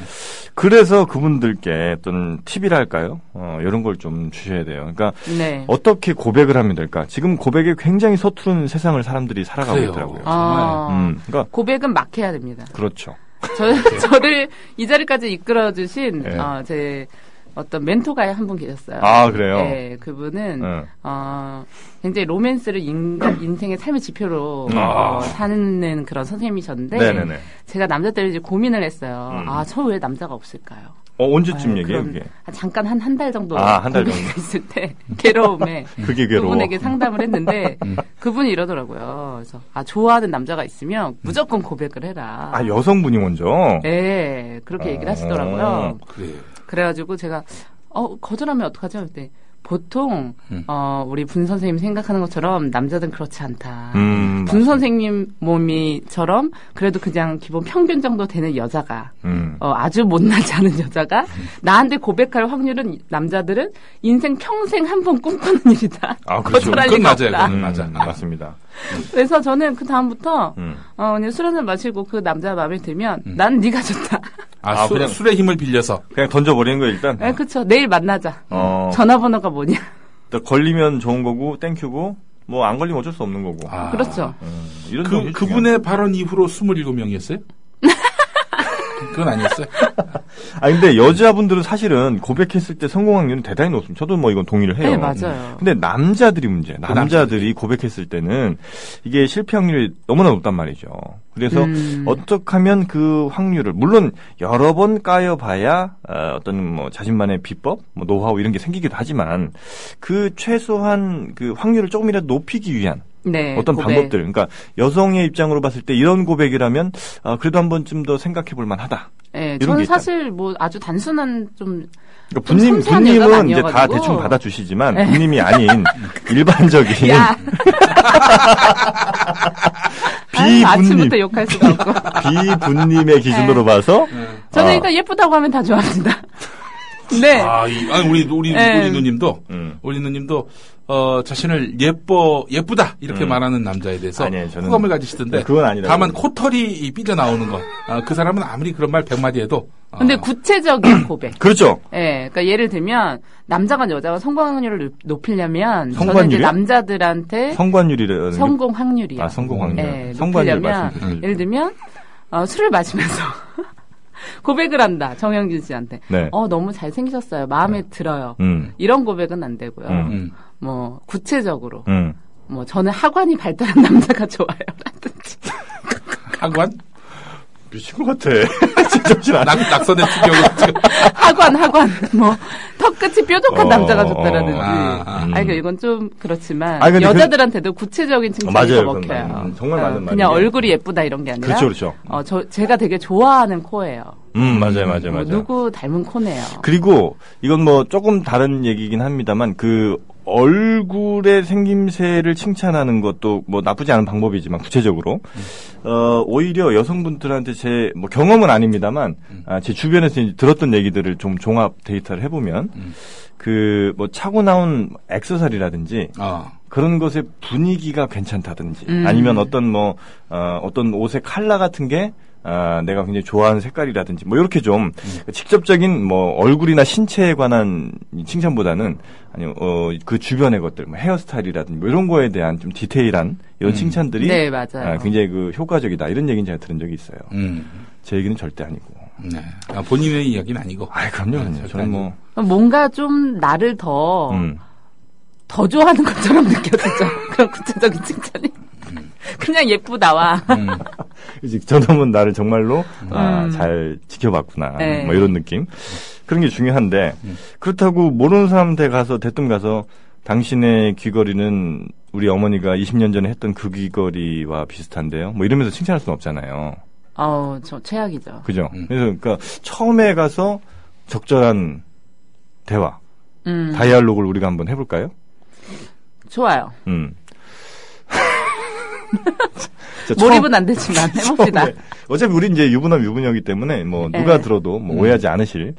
Speaker 2: 그래서 그분들께 어떤 팁이랄까요? 어, 이런 걸 좀 주셔야 돼요. 그러니까
Speaker 4: 네.
Speaker 2: 어떻게 고백을 하면 될까? 지금 고백에 굉장히 서투른 세상을 사람들이 살아가고
Speaker 3: 그래요.
Speaker 2: 있더라고요.
Speaker 3: 아. 정말.
Speaker 2: 음, 그러니까
Speaker 4: 고백은 막 해야 됩니다.
Speaker 2: 그렇죠.
Speaker 4: 저, 저를 이 자리까지 이끌어 주신
Speaker 2: 네.
Speaker 4: 어, 제 어떤 멘토가 한 분 계셨어요.
Speaker 2: 아, 그래요?
Speaker 4: 네, 그분은
Speaker 2: 네.
Speaker 4: 어, 굉장히 로맨스를 인간, 인생의 삶의 지표로
Speaker 2: 아.
Speaker 4: 어, 사는 그런 선생님이셨는데
Speaker 2: 네네네.
Speaker 4: 제가 남자들이 이제 고민을 했어요.
Speaker 2: 음.
Speaker 4: 아, 저 왜 남자가 없을까요?
Speaker 2: 어, 언제쯤
Speaker 4: 아,
Speaker 2: 얘기해요,
Speaker 4: 그런-
Speaker 2: 그게?
Speaker 4: 아, 잠깐 한 한 달 정도
Speaker 2: 아, 한달 정도.
Speaker 4: 고민이 있을 때 괴로움에
Speaker 2: 그게 괴로워.
Speaker 4: 음.
Speaker 2: 음.
Speaker 4: 그분에게 상담을 했는데 그분이 이러더라고요. 그래서 아 좋아하는 남자가 있으면 무조건 고백을 해라.
Speaker 2: 아, 여성분이 먼저?
Speaker 4: 예, 그렇게 얘기를
Speaker 2: 어.
Speaker 4: 하시더라고요.
Speaker 3: 그래요.
Speaker 4: 그래가지고 제가 어 거절하면 어떡하죠? 그때 보통
Speaker 3: 음.
Speaker 4: 어 우리 분 선생님 생각하는 것처럼 남자들은 그렇지 않다.
Speaker 2: 음,
Speaker 4: 분 선생님 몸이처럼 그래도 그냥 기본 평균 정도 되는 여자가
Speaker 2: 음.
Speaker 4: 어, 아주 못나지 않은 여자가 나한테 고백할 확률은 남자들은 인생 평생 한 번 꿈꾸는 일이다.
Speaker 2: 아, 그렇죠.
Speaker 4: 거절할
Speaker 3: 그건
Speaker 4: 리가
Speaker 3: 맞아요.
Speaker 4: 없다.
Speaker 3: 그건 맞아.
Speaker 2: 음, 맞습니다.
Speaker 4: 그래서 저는 그 다음부터
Speaker 2: 음.
Speaker 4: 어, 그냥 술 한잔 마시고 그 남자 마음에 들면 난 네가 좋다.
Speaker 3: 아,
Speaker 2: 아,
Speaker 3: 술,
Speaker 2: 그냥-
Speaker 3: 술의 힘을 빌려서
Speaker 2: 그냥 던져버리는 거예요, 일단.
Speaker 4: 에, 그쵸. 내일 만나자.
Speaker 2: 아. 어,
Speaker 4: 네. 전화번호가 뭐냐.
Speaker 2: 또 걸리면 좋은 거고, 땡큐고, 뭐 안 걸리면 어쩔 수 없는 거고.
Speaker 3: 아.
Speaker 4: 그렇죠.
Speaker 2: 음, 이런
Speaker 3: 그,
Speaker 2: 경우도
Speaker 3: 그분의 발언 이후로 27명이었어요? 그건 아니었어요?
Speaker 2: 아 근데 여자분들은 사실은 고백했을 때 성공 확률은 대단히 높습니다. 저도 뭐 이건 동의를 해요. 음.
Speaker 4: 네, 맞아요.
Speaker 2: 근데 그 남자들이 문제. 남자들이 고백했을 때는 이게 실패 확률이 너무나 높단 말이죠. 그래서
Speaker 4: 음.
Speaker 2: 어떻게 하면 그 확률을 물론 여러 번 까여봐야 어, 어떤 뭐 자신만의 비법, 뭐 노하우 이런 게 생기기도 하지만 그 최소한 그 확률을 조금이라도 높이기 위한
Speaker 4: 네.
Speaker 2: 어떤
Speaker 4: 고백.
Speaker 2: 방법들, 그러니까 여성의 입장으로 봤을 때 이런 고백이라면 아, 그래도 한 번쯤 더 생각해볼 만하다.
Speaker 4: 예,
Speaker 2: 이런 게
Speaker 4: 저는
Speaker 2: 있잖아.
Speaker 4: 사실 뭐 아주 단순한 좀
Speaker 2: 그러니까 분님
Speaker 4: 뭐 섬세한 여자가
Speaker 2: 분님은 이제 다
Speaker 4: 아니어가지고. 네.
Speaker 2: 대충 받아주시지만 분님이 아닌 일반적인
Speaker 4: 야. 아유,
Speaker 2: 비분님
Speaker 4: 아침부터 욕할 수가 없고. 네.
Speaker 2: 비분님의 기준으로 봐서
Speaker 4: 저는
Speaker 2: 아,
Speaker 4: 일단 예쁘다고 하면 다 좋아합니다. 네.
Speaker 3: 아, 이, 아니, 우리, 우리,
Speaker 4: 네.
Speaker 3: 우리 누님도,
Speaker 2: 음.
Speaker 3: 우리 누님도, 어, 자신을 예뻐, 예쁘다, 이렇게
Speaker 2: 음.
Speaker 3: 말하는 남자에 대해서
Speaker 2: 아니에요, 저는-
Speaker 3: 호감을 가지시던데.
Speaker 2: 네, 그건 아니라고.
Speaker 3: 다만 코털이 이 삐져나오는 거. 아, 그 사람은 아무리 그런 말 100마디 해도. 어,
Speaker 2: 아.
Speaker 4: 근데 구체적인 고백.
Speaker 2: 그렇죠.
Speaker 4: 예, 그러니까 예를 들면 남자가 여자가 성공 확률을 높- 높이려면 저는 이제
Speaker 2: 성관율이요?
Speaker 4: 남자들한테
Speaker 2: 성관율이라는 게-
Speaker 4: 네. 성공 확률이요.
Speaker 2: 아 성공 확률.
Speaker 4: 예,
Speaker 2: 성관율
Speaker 4: 높이려면
Speaker 2: 말씀드리죠.
Speaker 4: 예를 들면 어, 술을 마시면서 고백을 한다. 정영진 씨한테.
Speaker 2: 네.
Speaker 4: 어 너무 잘생기셨어요. 마음에 들어요.
Speaker 2: 음.
Speaker 4: 이런 고백은 안 되고요.
Speaker 2: 음.
Speaker 3: 음.
Speaker 4: 뭐 구체적으로
Speaker 2: 음.
Speaker 4: 뭐 저는 하관이 발달한 남자가 좋아요. 라든지.
Speaker 3: 하관?
Speaker 2: 미친 것 같아. 진짜 정신 안
Speaker 3: 낙, 낙선의 투경을 지금.
Speaker 4: 하관 하관 뭐 턱끝이 뾰족한
Speaker 2: 어,
Speaker 4: 남자가 좋다라든지.
Speaker 2: 어,
Speaker 3: 아, 아.
Speaker 4: 아, 그러니까 이건 좀 그렇지만
Speaker 2: 아니, 근데
Speaker 4: 여자들한테도 구체적인 칭찬이
Speaker 2: 맞아요,
Speaker 4: 더
Speaker 2: 그건
Speaker 4: 먹혀요. 어,
Speaker 2: 맞아요. 음, 정말 맞는 말이에요.
Speaker 4: 그냥 얼굴이 예쁘다 이런 게 아니라
Speaker 2: 그렇죠, 그렇죠.
Speaker 4: 어, 저 제가 되게 좋아하는 코예요.
Speaker 2: 음, 맞아요, 맞아요,
Speaker 4: 뭐
Speaker 2: 맞아요.
Speaker 4: 누구 닮은 코네요.
Speaker 2: 그리고 이건 뭐 조금 다른 얘기긴 합니다만 그 얼굴의 생김새를 칭찬하는 것도 뭐 나쁘지 않은 방법이지만 구체적으로 어 오히려 여성분들한테 제 뭐 경험은 아닙니다만 아, 제 주변에서 이제 들었던 얘기들을 좀 종합 데이터를 해보면 그 뭐 차고 나온 액세서리라든지
Speaker 3: 어.
Speaker 2: 그런 것의 분위기가 괜찮다든지
Speaker 4: 음.
Speaker 2: 아니면 어떤 뭐 어, 어떤 옷의 컬러 같은 게 아, 내가 굉장히 좋아하는 색깔이라든지 뭐 이렇게 좀
Speaker 4: 음.
Speaker 2: 직접적인 뭐 얼굴이나 신체에 관한 이 칭찬보다는 아니 어그 주변의 것들 뭐 헤어스타일이라든지 뭐 이런 거에 대한 좀 디테일한 이런 칭찬들이
Speaker 4: 네, 맞아요.
Speaker 2: 아, 굉장히 그 효과적이다 이런 얘기는 제가 들은 적이 있어요.
Speaker 3: 음.
Speaker 2: 제 얘기는 절대 아니고.
Speaker 3: 네. 아, 본인의 이야기는 아니고.
Speaker 2: 아 그럼요, 그럼요.
Speaker 3: 절대
Speaker 2: 저는 뭐
Speaker 4: 뭔가 좀 나를 더,
Speaker 2: 음.
Speaker 4: 더 좋아하는 것처럼 느껴지죠. 그런 구체적인 칭찬이. 그냥 예쁘다와.
Speaker 2: 이제 저 놈은 나를 정말로 아, 잘 지켜봤구나.
Speaker 4: 음. 네.
Speaker 2: 뭐 이런 느낌. 그런 게 중요한데 그렇다고 모르는 사람한테 가서 대뜸 가서 당신의 귀걸이는 우리 어머니가 20년 전에 했던 그 귀걸이와 비슷한데요. 뭐 이러면서 칭찬할 수는 없잖아요.
Speaker 4: 어우, 저 최악이죠.
Speaker 2: 그죠?
Speaker 3: 음.
Speaker 2: 그래서 그러니까 처음에 가서 적절한 대화,
Speaker 4: 음,
Speaker 2: 다이얼로그를 우리가 한번 해볼까요?
Speaker 4: 좋아요.
Speaker 2: 음. 자, 처음-
Speaker 4: 몰입은 안 되지만 해봅시다.
Speaker 2: 네. 어차피 우리 이제 유부남 유부녀이기 때문에 뭐
Speaker 4: 네. 음.
Speaker 2: 누가 들어도 뭐 오해하지 않으실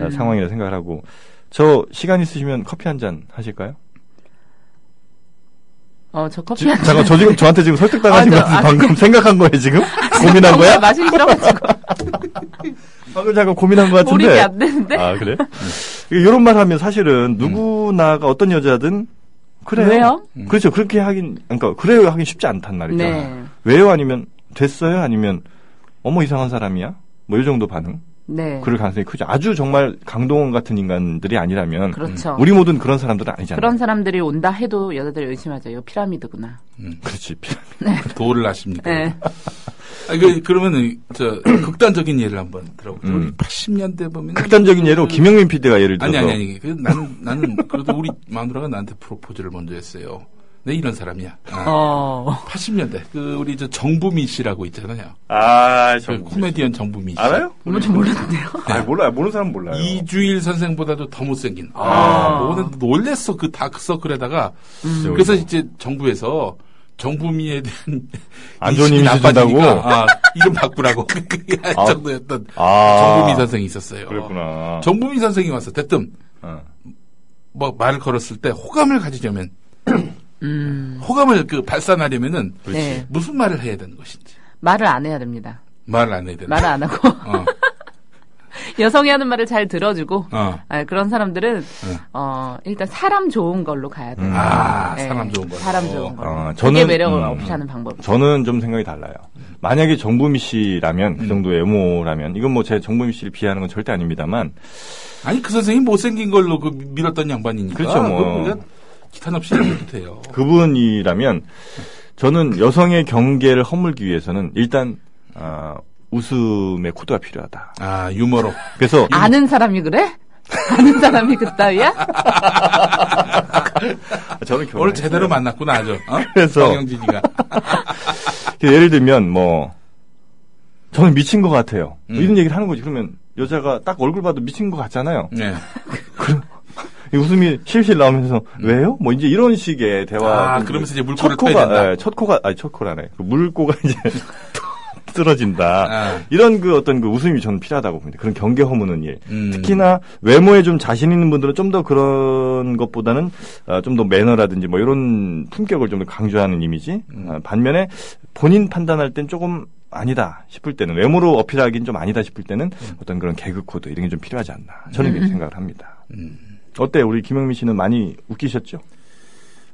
Speaker 2: 어, 상황이라 생각을 하고 저 시간 있으시면 커피 한 잔 하실까요?
Speaker 4: 어, 저 커피
Speaker 2: 지,
Speaker 4: 한 잔.
Speaker 2: 잠깐 저 지금 저한테 지금 설득당하신 것
Speaker 4: 아, 저-
Speaker 2: 같은데
Speaker 4: 아,
Speaker 2: 방금 생각한 거예요 지금 고민한
Speaker 4: 정말
Speaker 2: 거야?
Speaker 4: 마시기 싫어가지고
Speaker 2: 방금 잠깐 고민한 것 같은데
Speaker 4: 몰입이 안 되는데.
Speaker 2: 아 그래? 이런 말 하면 사실은 누구나가 어떤 여자든 그래요.
Speaker 4: 왜요?
Speaker 2: 그렇죠 그렇게 하긴 그러니까 그래요 하긴 쉽지 않단 말이죠.
Speaker 4: 네.
Speaker 2: 왜요 아니면 됐어요 아니면 어머 이상한 사람이야 뭐 이 정도 반응?
Speaker 4: 네.
Speaker 2: 그럴 가능성이 크죠. 아주 정말 강동원 같은 인간들이 아니라면
Speaker 4: 그렇죠.
Speaker 2: 음, 우리 모든 그런 사람들은 아니잖아요.
Speaker 4: 그런 사람들이 온다 해도 여자들 의심하죠. 이거 피라미드구나.
Speaker 2: 그렇지.
Speaker 3: 도를 아십니까?
Speaker 4: 네.
Speaker 3: 아, 그, 그러면, 저, 극단적인 예를 한번 들어볼게요.
Speaker 2: 음.
Speaker 3: 우리 80년대 보면.
Speaker 2: 극단적인 예로 김영민 PD가 예를
Speaker 3: 아니,
Speaker 2: 들어서
Speaker 3: 아니, 아니. 그, 나는, 나는, 그래도 우리 마누라가 나한테 프로포즈를 먼저 했어요. 내 이런 사람이야. 아,
Speaker 4: 어.
Speaker 3: 80년대. 그, 우리 저 정부미 씨라고 있잖아요.
Speaker 2: 아,
Speaker 3: 그 코미디언 정부미 씨.
Speaker 2: 알아요?
Speaker 4: 뭔지 몰랐는데요.
Speaker 2: 아, 몰라요. 모르는 사람 몰라요.
Speaker 3: 이주일 선생보다도 더 못생긴.
Speaker 4: 아.
Speaker 3: 아, 음. 오늘 놀랬어. 그 다크서클에다가.
Speaker 2: 진짜
Speaker 3: 그래서
Speaker 2: 어이없어.
Speaker 3: 이제 정부에서 정부미에 대한
Speaker 2: 안 좋은
Speaker 3: 인식이
Speaker 2: 이미지 준다고?
Speaker 3: 나빠지니까, 아, 이름 바꾸라고 그게 할
Speaker 2: 아.
Speaker 3: 정도였던
Speaker 2: 아.
Speaker 3: 정부미 선생이 있었어요.
Speaker 2: 그랬구나.
Speaker 3: 정부미 선생이 와서 대뜸
Speaker 2: 어.
Speaker 3: 뭐 말을 걸었을 때 호감을 가지려면
Speaker 4: 음.
Speaker 3: 호감을 그 발산하려면은
Speaker 4: 네.
Speaker 3: 무슨 말을 해야 되는 것인지
Speaker 4: 말을 안 해야 됩니다.
Speaker 3: 말을 안
Speaker 2: 네.
Speaker 3: 해야 되는
Speaker 4: 말을 안 하고
Speaker 3: 어.
Speaker 4: 여성이 하는 말을 잘 들어주고
Speaker 3: 어.
Speaker 4: 아, 그런 사람들은
Speaker 2: 네.
Speaker 4: 어, 일단 사람 좋은 걸로 가야
Speaker 2: 음.
Speaker 4: 돼요.
Speaker 3: 아,
Speaker 4: 네,
Speaker 3: 사람 좋은 거.
Speaker 4: 사람 좋은 걸로.
Speaker 2: 아,
Speaker 4: 그게
Speaker 2: 저는-
Speaker 4: 매력을
Speaker 2: 음.
Speaker 4: 어필하는 방법.
Speaker 2: 저는 좀 생각이 달라요. 만약에 정부미 씨라면
Speaker 3: 음.
Speaker 2: 그 정도 외모라면 이건 뭐 제 정부미 씨를 비하하는 건 절대 아닙니다만
Speaker 3: 아니 그 선생이 못생긴 걸로 그 밀었던 양반이니까
Speaker 2: 그렇죠, 뭐.
Speaker 3: 그건 우리가 기탄 없이 얘기해도 돼요.
Speaker 2: 그분이라면 저는 여성의 경계를 허물기 위해서는 일단 아, 웃음의 코드가 필요하다.
Speaker 3: 아 유머로
Speaker 2: 그래서
Speaker 4: 아는 사람이 그래? 아는 사람이 그따위야?
Speaker 3: 아,
Speaker 2: 저는
Speaker 3: 오늘 제대로 만났구나 아주. 어?
Speaker 2: 그렇죠. 그래서-
Speaker 3: 정영진이가
Speaker 2: 그 예를 들면 뭐 저는 미친 것 같아요.
Speaker 3: 음.
Speaker 2: 뭐 이런 얘기를 하는 거지. 그러면 여자가 딱 얼굴 봐도 미친 것 같잖아요.
Speaker 3: 네.
Speaker 2: 이 웃음이 실실 나오면서 왜요? 뭐 이제 이런 식의 대화.
Speaker 3: 아, 그러면서 이제
Speaker 2: 첫
Speaker 3: 물꼬를
Speaker 2: 코가
Speaker 3: 터야 된다.
Speaker 2: 예, 첫 코가 아니 첫 코라네. 그 물꼬가 이제 쓰러진다.
Speaker 3: 아,
Speaker 2: 이런 그 어떤 그 웃음이 저는 필요하다고 봅니다. 그런 경계 허무는 일.
Speaker 3: 음.
Speaker 2: 특히나 외모에 좀 자신 있는 분들은 좀 더 그런 것보다는 어, 좀 더 매너라든지 뭐 이런 품격을 좀 더 강조하는 이미지. 아, 반면에 본인 판단할 땐 조금 아니다 싶을 때는 외모로 어필하기는 좀 아니다 싶을 때는 어떤 그런 개그 코드 이런 게 좀 필요하지 않나 저는
Speaker 3: 음.
Speaker 2: 이렇게 생각을 합니다. 어때 요 우리 김영민 씨는 많이 웃기셨죠?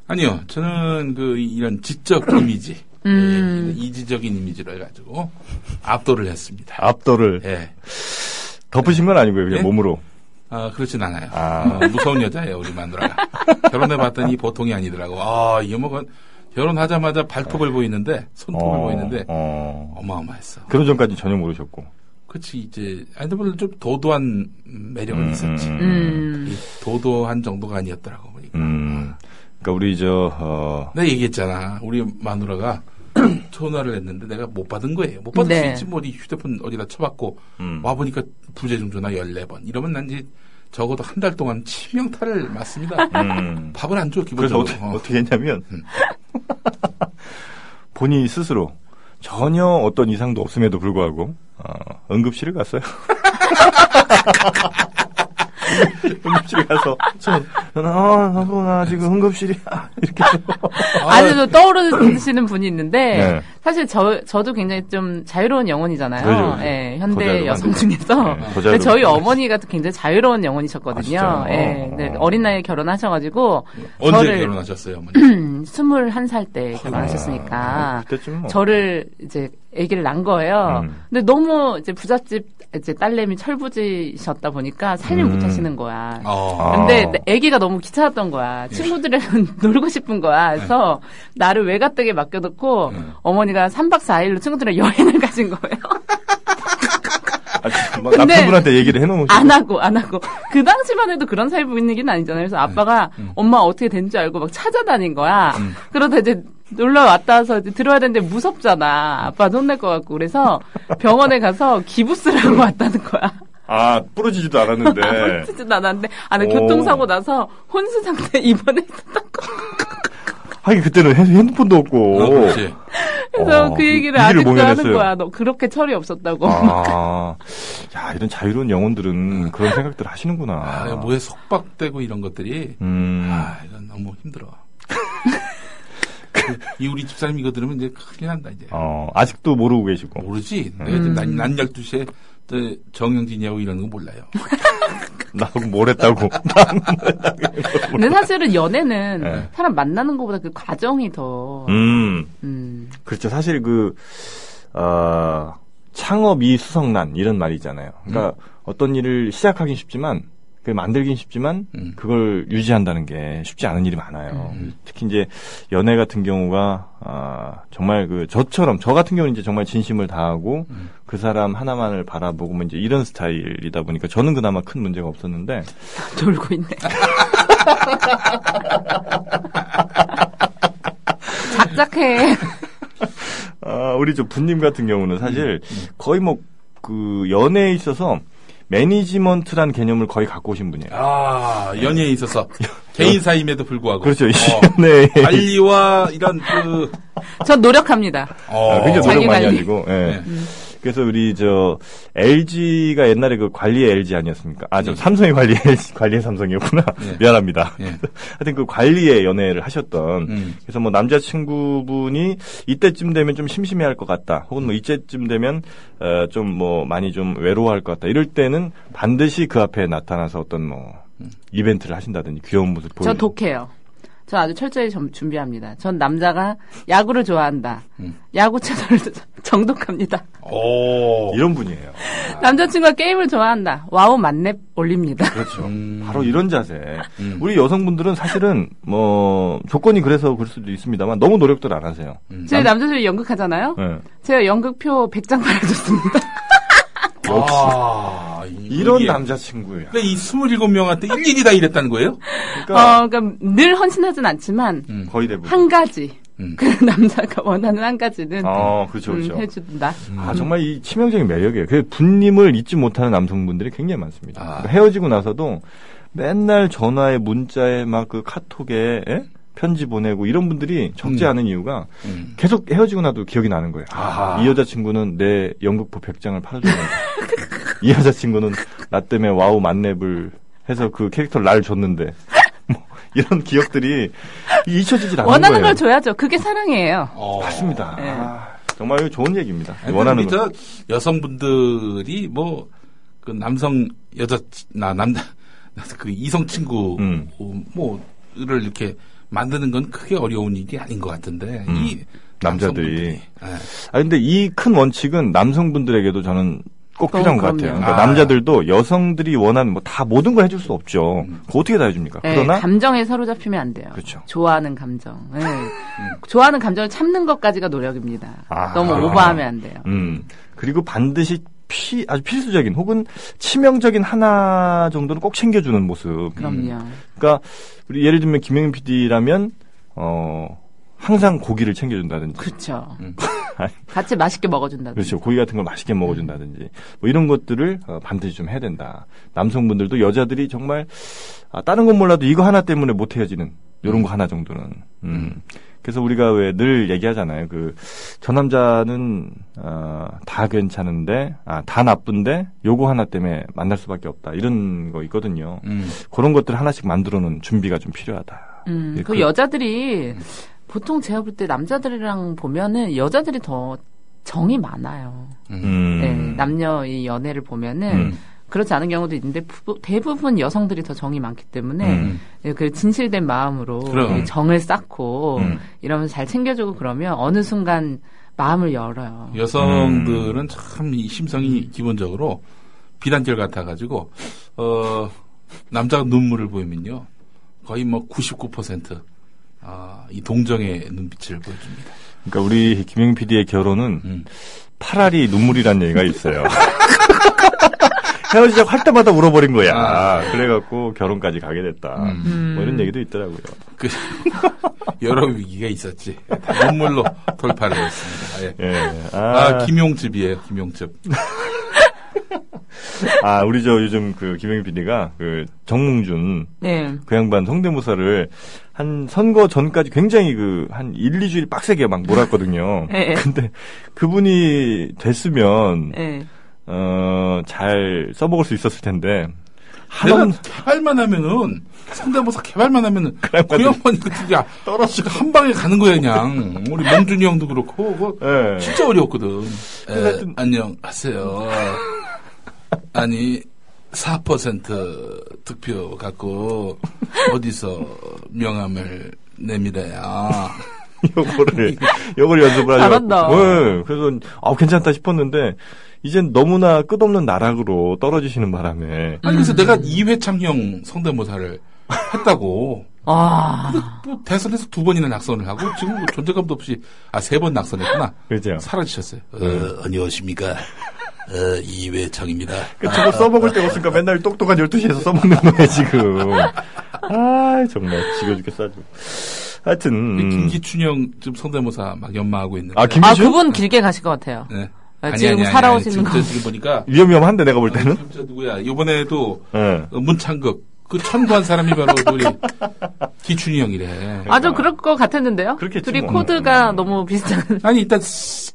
Speaker 3: 아니요, 저는 그 이런 지적 이미지,
Speaker 4: 음.
Speaker 3: 예, 이지적인 이미지로 해가지고 압도를 했습니다.
Speaker 2: 압도를
Speaker 3: 예,
Speaker 2: 덮으신 건 아니고요 그냥
Speaker 3: 예?
Speaker 2: 몸으로.
Speaker 3: 아 그렇진 않아요.
Speaker 2: 아.
Speaker 3: 어, 무서운 여자예요, 우리 마누라가. 결혼해봤더니 보통이 아니더라고. 아, 이 여먹은 결혼하자마자 발톱을 보이는데, 손톱을 보이는데,
Speaker 2: 어.
Speaker 3: 어마어마했어.
Speaker 2: 그런 점까지 전혀 모르셨고.
Speaker 3: 그치, 이제, 아이들보다 좀 도도한 매력은
Speaker 2: 음,
Speaker 3: 있었지.
Speaker 2: 음,
Speaker 4: 음.
Speaker 3: 이 도도한 정도가 아니었더라고, 보니까.
Speaker 2: 음. 그러니까 우리 저 어,
Speaker 3: 내가 얘기했잖아. 우리 마누라가 전화를 했는데 내가 못 받은 거예요. 못 받을
Speaker 4: 네.
Speaker 3: 수 있지. 뭐, 어디 휴대폰 어디다 쳐봤고,
Speaker 2: 음.
Speaker 3: 와보니까 부재중 전화 14번. 이러면 난 이제 적어도 한 달 동안 치명타를 맞습니다.
Speaker 2: 음.
Speaker 3: 밥을 안 줘,
Speaker 2: 그래서
Speaker 3: 기본적으로.
Speaker 2: 어떻게,
Speaker 3: 어.
Speaker 2: 어떻게 했냐면 본인이 스스로 전혀 어떤 이상도 없음에도 불구하고 어, 응급실을 갔어요. 응급실 가서 저는 아, 하고 나 지금 응급실이 아. 야 이렇게
Speaker 4: 아주 좀 떠오르시는 분이 있는데
Speaker 2: 네.
Speaker 4: 사실 저 저도 굉장히 좀 자유로운 영혼이잖아요.
Speaker 2: 그렇죠, 그렇죠.
Speaker 4: 예,
Speaker 2: 거자유로운
Speaker 4: 현대 여성
Speaker 2: 거죠.
Speaker 4: 중에서
Speaker 2: 네,
Speaker 4: 근데
Speaker 2: 거자유로운
Speaker 4: 저희
Speaker 2: 거죠.
Speaker 4: 어머니가 또 굉장히 자유로운 영혼이셨거든요.
Speaker 2: 아, 진짜요?
Speaker 4: 예,
Speaker 2: 어.
Speaker 4: 네, 어린 나이에 결혼하셔가지고
Speaker 3: 언제
Speaker 4: 저를-
Speaker 3: 결혼하셨어요, 어머니?
Speaker 4: 음, 21살 때 결혼하셨으니까
Speaker 2: 아, 그때쯤 뭐.
Speaker 4: 저를 이제 아기를 낳은 거예요.
Speaker 2: 음.
Speaker 4: 근데 너무 이제 부잣집 이제 딸내미 철부지셨다 보니까 살림
Speaker 2: 음.
Speaker 4: 못 하시는 거야.
Speaker 3: 어.
Speaker 2: 아. 예.
Speaker 4: 근데 내 애기가 너무 귀찮았던 거야. 친구들이랑 놀고 싶은 거야. 그래서 나를 외갓댁에 맡겨놓고
Speaker 2: 예.
Speaker 4: 어머니가 3박 4일로 친구들이랑 여행을 가신 거예요.
Speaker 2: 아, 막
Speaker 4: 근데-
Speaker 2: 남편분한테 얘기를 해놓으시고
Speaker 4: 안 하고 안 하고 그 당시만 해도 그런 사이 분위기는 아니잖아요. 그래서 아빠가
Speaker 2: 예. 음.
Speaker 4: 엄마 어떻게 된 줄 알고 막 찾아다닌 거야. 그러다 이제 놀러 왔다 와서 이제 들어야 되는데 무섭잖아. 아빠 혼낼 것 같고 그래서 병원에 가서 기부 쓰라고 왔다는 거야.
Speaker 2: 아 부러지지도 않았는데
Speaker 4: 혼수진 않았는데 아, 나
Speaker 2: 예. 오.
Speaker 4: 교통사고 나서 혼수 상태 입원해 있었던 거.
Speaker 2: 하긴 아, 그때는 핸- 핸드폰도 없고
Speaker 3: 어, 그렇지.
Speaker 4: 그래서
Speaker 2: 어,
Speaker 4: 그
Speaker 2: 이-
Speaker 4: 얘기를
Speaker 2: 이 길을
Speaker 4: 아직도 하는
Speaker 2: 모면했어요.
Speaker 4: 거야. 너 그렇게 철이 없었다고.
Speaker 2: 아, 야 이런 자유로운 영혼들은 그런 생각들 하시는구나.
Speaker 3: 아, 뭐에 속박되고 이런 것들이
Speaker 2: 음.
Speaker 3: 아 이건 너무 힘들어. 이 우리 집사람 이거 들으면 이제 큰일 난다 이제.
Speaker 2: 어, 아직도 모르고
Speaker 3: 뭐,
Speaker 2: 계시고.
Speaker 3: 모르지. 내가 지금 난, 난 12시에 정영진이하고 이런 거 몰라요.
Speaker 2: 나하고 뭘 했다고.
Speaker 4: 근데 사실은 연애는
Speaker 2: 네.
Speaker 4: 사람 만나는 것보다 그 과정이 더.
Speaker 2: 음.
Speaker 4: 음.
Speaker 2: 그렇죠. 사실 그, 어, 창업이 수성난 이런 말이잖아요. 그러니까 어떤 일을 시작하긴 쉽지만, 그 만들긴 쉽지만,
Speaker 3: 음.
Speaker 2: 그걸 유지한다는 게 쉽지 않은 일이 많아요. 특히 이제 연애 같은 경우가, 아, 정말 그 저처럼, 저 같은 경우는 이제 정말 진심을 다하고 그 사람 하나만을 바라보고 뭐 이제 이런 스타일이다 보니까 저는 그나마 큰 문제가 없었는데,
Speaker 4: 졸고 있네. 작작해.
Speaker 2: 아, 우리 저 분님 같은 경우는 사실 거의 뭐 그 연애에 있어서 매니지먼트란 개념을 거의 갖고 오신 분이에요.
Speaker 3: 아 연애에 있어서 개인 사임에도
Speaker 2: 네.
Speaker 3: 불구하고
Speaker 2: 그렇죠. 이
Speaker 3: 어,
Speaker 2: 연애에
Speaker 3: 관리와 이런 그
Speaker 4: 전 노력합니다.
Speaker 3: 어,
Speaker 2: 아, 굉장히 노력
Speaker 4: 자기
Speaker 2: 많이
Speaker 4: 관리.
Speaker 2: 하시고. 예. 그래서 우리 저 LG가 옛날에 그 관리의 LG 아니었습니까? 아, 저
Speaker 3: 네.
Speaker 2: 삼성의 관리 LG, 관리의 삼성이었구나.
Speaker 3: 네.
Speaker 2: 미안합니다.
Speaker 3: 예.
Speaker 2: 하여튼 그 관리의 연애를 하셨던
Speaker 3: 음.
Speaker 2: 그래서 뭐 남자친구분이 이때쯤 되면 좀 심심해할 것 같다. 혹은 뭐 이때쯤 되면 좀 뭐 많이 좀 외로워할 것 같다. 이럴 때는 반드시 그 앞에 나타나서 어떤 뭐
Speaker 3: 음.
Speaker 2: 이벤트를 하신다든지 귀여운 모습 보여.
Speaker 4: 저 독해요. 전 아주 철저히 점- 준비합니다. 전 남자가 야구를 좋아한다.
Speaker 2: 음.
Speaker 4: 야구 채널을 정독합니다.
Speaker 3: 오.
Speaker 2: 이런 분이에요.
Speaker 4: 남자친구가 게임을 좋아한다. 와우 만렙 올립니다.
Speaker 2: 그렇죠.
Speaker 3: 음.
Speaker 2: 바로 이런 자세. 우리 여성분들은 사실은 뭐 조건이 그래서 그럴 수도 있습니다만 너무 노력들 안 하세요.
Speaker 4: 저희 남자친구 연극하잖아요.
Speaker 2: 예.
Speaker 4: 제가 연극표 100장 팔아줬습니다.
Speaker 3: 아, 이-
Speaker 2: 이런
Speaker 3: 이게-
Speaker 2: 남자친구야.
Speaker 3: 근데 이 27명한테 일일이다 이랬다는 거예요?
Speaker 2: 그러니까 음.
Speaker 4: 어, 그러니까 늘 헌신하진 않지만
Speaker 2: 거의 대부분.
Speaker 4: 한 가지
Speaker 3: 음.
Speaker 4: 그 남자가 원하는 한 가지는
Speaker 2: 아, 그렇죠,
Speaker 4: 음,
Speaker 2: 그렇죠.
Speaker 4: 해준다.
Speaker 2: 아, 정말 이 치명적인 매력이에요. 그 분님을 잊지 못하는 남성분들이 굉장히 많습니다. 그러니까
Speaker 3: 아.
Speaker 2: 헤어지고 나서도 맨날 전화에 문자에 막 그 카톡에 예? 편지 보내고 이런 분들이 적지
Speaker 3: 음.
Speaker 2: 않은 이유가
Speaker 3: 음.
Speaker 2: 계속 헤어지고 나도 기억이 나는 거예요.
Speaker 3: 아하.
Speaker 2: 이 여자친구는 내 연극포 100장을 팔아줬는데 이 여자친구는 나 때문에 와우 만렙을 해서 그 캐릭터를 날 줬는데 뭐 이런 기억들이 잊혀지질 않는
Speaker 4: 원하는
Speaker 2: 거예요.
Speaker 4: 걸 줘야죠. 그게 사랑이에요.
Speaker 3: 어.
Speaker 2: 맞습니다.
Speaker 4: 네.
Speaker 2: 아, 정말 이거 좋은 얘기입니다.
Speaker 3: 아니,
Speaker 2: 원하는
Speaker 3: 근데
Speaker 2: 거.
Speaker 3: 저 여성분들이 뭐 그 남성 여자 나 남자 그 이성 친구 뭐,
Speaker 2: 음.
Speaker 3: 뭐를 이렇게 만드는 건 크게 어려운 일이 아닌 것 같은데 이
Speaker 2: 음. 남자들이.
Speaker 3: 남성분들이, 예.
Speaker 2: 아 근데 이 큰 원칙은 남성분들에게도 저는 꼭
Speaker 4: 어,
Speaker 2: 필요한 것
Speaker 4: 그럼요.
Speaker 2: 같아요. 그러니까
Speaker 3: 아.
Speaker 2: 남자들도 여성들이 원하는 뭐 다 모든 걸 해줄 수 없죠. 그거 어떻게 다 해줍니까?
Speaker 4: 예,
Speaker 2: 아, 그러나
Speaker 4: 감정에 사로잡히면 안 돼요.
Speaker 2: 그렇죠. 음.
Speaker 4: 좋아하는 감정. 예. 좋아하는 감정을 참는 것까지가 노력입니다.
Speaker 2: 아.
Speaker 4: 너무 오버하면 안 돼요.
Speaker 2: 음 그리고 반드시 피 아주 필수적인 혹은 치명적인 하나 정도는 꼭 챙겨주는 모습.
Speaker 4: 그럼요.
Speaker 2: 그러니까 우리 예를 들면 김영민 PD라면 어 항상 고기를 챙겨준다든지
Speaker 4: 그렇죠.
Speaker 3: 음.
Speaker 4: 같이 맛있게 먹어준다든지.
Speaker 2: 그렇죠. 고기 같은 걸 맛있게 먹어준다든지 뭐 이런 것들을 어, 반드시 좀 해야 된다. 남성분들도 여자들이 정말 아, 다른 건 몰라도 이거 하나 때문에 못 헤어지는 이런 거 하나 정도는. 음. 그래서 우리가 왜 늘 얘기하잖아요. 그 저 남자는 어, 다 괜찮은데 아, 다 나쁜데 요거 하나 때문에 만날 수밖에 없다 이런 거 있거든요.
Speaker 3: 음.
Speaker 2: 그런 것들 을 하나씩 만들어놓은 준비가 좀 필요하다.
Speaker 4: 음,
Speaker 2: 예,
Speaker 4: 그
Speaker 2: 그-
Speaker 4: 여자들이 보통 제가 볼 때 남자들이랑 보면은 여자들이 더 정이 많아요.
Speaker 2: 음.
Speaker 4: 예, 남녀의 연애를 보면은
Speaker 2: 음.
Speaker 4: 그렇지 않은 경우도 있는데 부- 대부분 여성들이 더 정이 많기 때문에
Speaker 2: 음.
Speaker 4: 예, 그 진실된 마음으로
Speaker 3: 그럼.
Speaker 4: 이 정을 쌓고
Speaker 2: 음.
Speaker 4: 이러면서 잘 챙겨주고 그러면 어느 순간 마음을 열어요.
Speaker 2: 음.
Speaker 3: 여성들은 참 이 심성이 기본적으로 비단결 같아가지고 어 남자가 눈물을 보이면요 거의 뭐 99%. 아, 이 동정의 눈빛을 보여줍니다.
Speaker 2: 그러니까 우리 김영 PD의 결혼은
Speaker 3: 음.
Speaker 2: 파라리 눈물이라는 얘기가 있어요. 헤어지자고 할 때마다 울어버린 거야.
Speaker 3: 아.
Speaker 2: 그래갖고 결혼까지 가게 됐다.
Speaker 3: 음.
Speaker 2: 뭐 이런 얘기도 있더라고요.
Speaker 3: 그 여러 위기가 있었지. 다 눈물로 돌파를 했습니다. 예.
Speaker 2: 예. 아,
Speaker 3: 아, 김용집이에요, 김용집.
Speaker 2: 아, 우리 저 요즘 그 김영희 PD가 그 정몽준
Speaker 4: 네.
Speaker 2: 그 양반 성대모사를 한 선거 전까지 굉장히 그 한 1, 2주일 빡세게 막 몰았거든요.
Speaker 4: 예.
Speaker 2: 근데 그분이 됐으면
Speaker 4: 예.
Speaker 2: 어, 잘 써먹을 수 있었을 텐데
Speaker 3: 내가
Speaker 2: 하던
Speaker 3: 개발만 하면은, 상대모사 개발만 하면은, 그
Speaker 2: 양반들이-
Speaker 3: 양반이 그때 야,
Speaker 2: 떨어지고
Speaker 3: 한 방에 가는 거야, 그냥. 우리 명준이 형도 그렇고, 그거
Speaker 2: 예.
Speaker 3: 진짜 어려웠거든. 에,
Speaker 2: 하여튼-
Speaker 3: 안녕하세요. 아니, 4% 득표 갖고, 어디서 명함을 내밀어야.
Speaker 2: 요거를 요걸 연습을 하려고
Speaker 4: 잘한다.
Speaker 2: 네, 그래서 아 괜찮다 싶었는데 이젠 너무나 끝없는 나락으로 떨어지시는 바람에
Speaker 3: 아니, 그래서 내가 이회창형 성대모사를 했다고.
Speaker 4: 아,
Speaker 3: 뭐 대선에서 두 번이나 낙선을 하고 지금 뭐 존재감도 없이 아 세 번 낙선했구나.
Speaker 2: 그죠?
Speaker 3: 사라지셨어요. 어, 안녕하십니까. 어, 이회창입니다.
Speaker 2: 그 저거 써먹을 데 없으니까 맨날 똑똑한 12시에서 써먹는 거네 지금 아 정말 지겨 죽겠어 아주 하여튼
Speaker 3: 우리
Speaker 2: 음.
Speaker 3: 김기춘 형 지금 성대모사 막 연마하고 있는데.
Speaker 2: 아
Speaker 4: 아
Speaker 2: 김기춘?
Speaker 4: 그분 길게 가실 것 같아요.
Speaker 3: 네.
Speaker 4: 아, 지금 살아오시는
Speaker 3: 지금,
Speaker 4: 거.
Speaker 3: 저 지금 보니까
Speaker 2: 위험위험한데 내가 볼 때는
Speaker 3: 지금 저 누구야? 이번에도
Speaker 2: 예.
Speaker 3: 어, 문창극 그 천구한 사람이 바로 우리 기춘이 형이래.
Speaker 4: 아주 그럴 것 같았는데요.
Speaker 2: 네. 그렇겠지,
Speaker 4: 둘이
Speaker 2: 뭐.
Speaker 4: 코드가 너무 비슷한.
Speaker 3: 아니 일단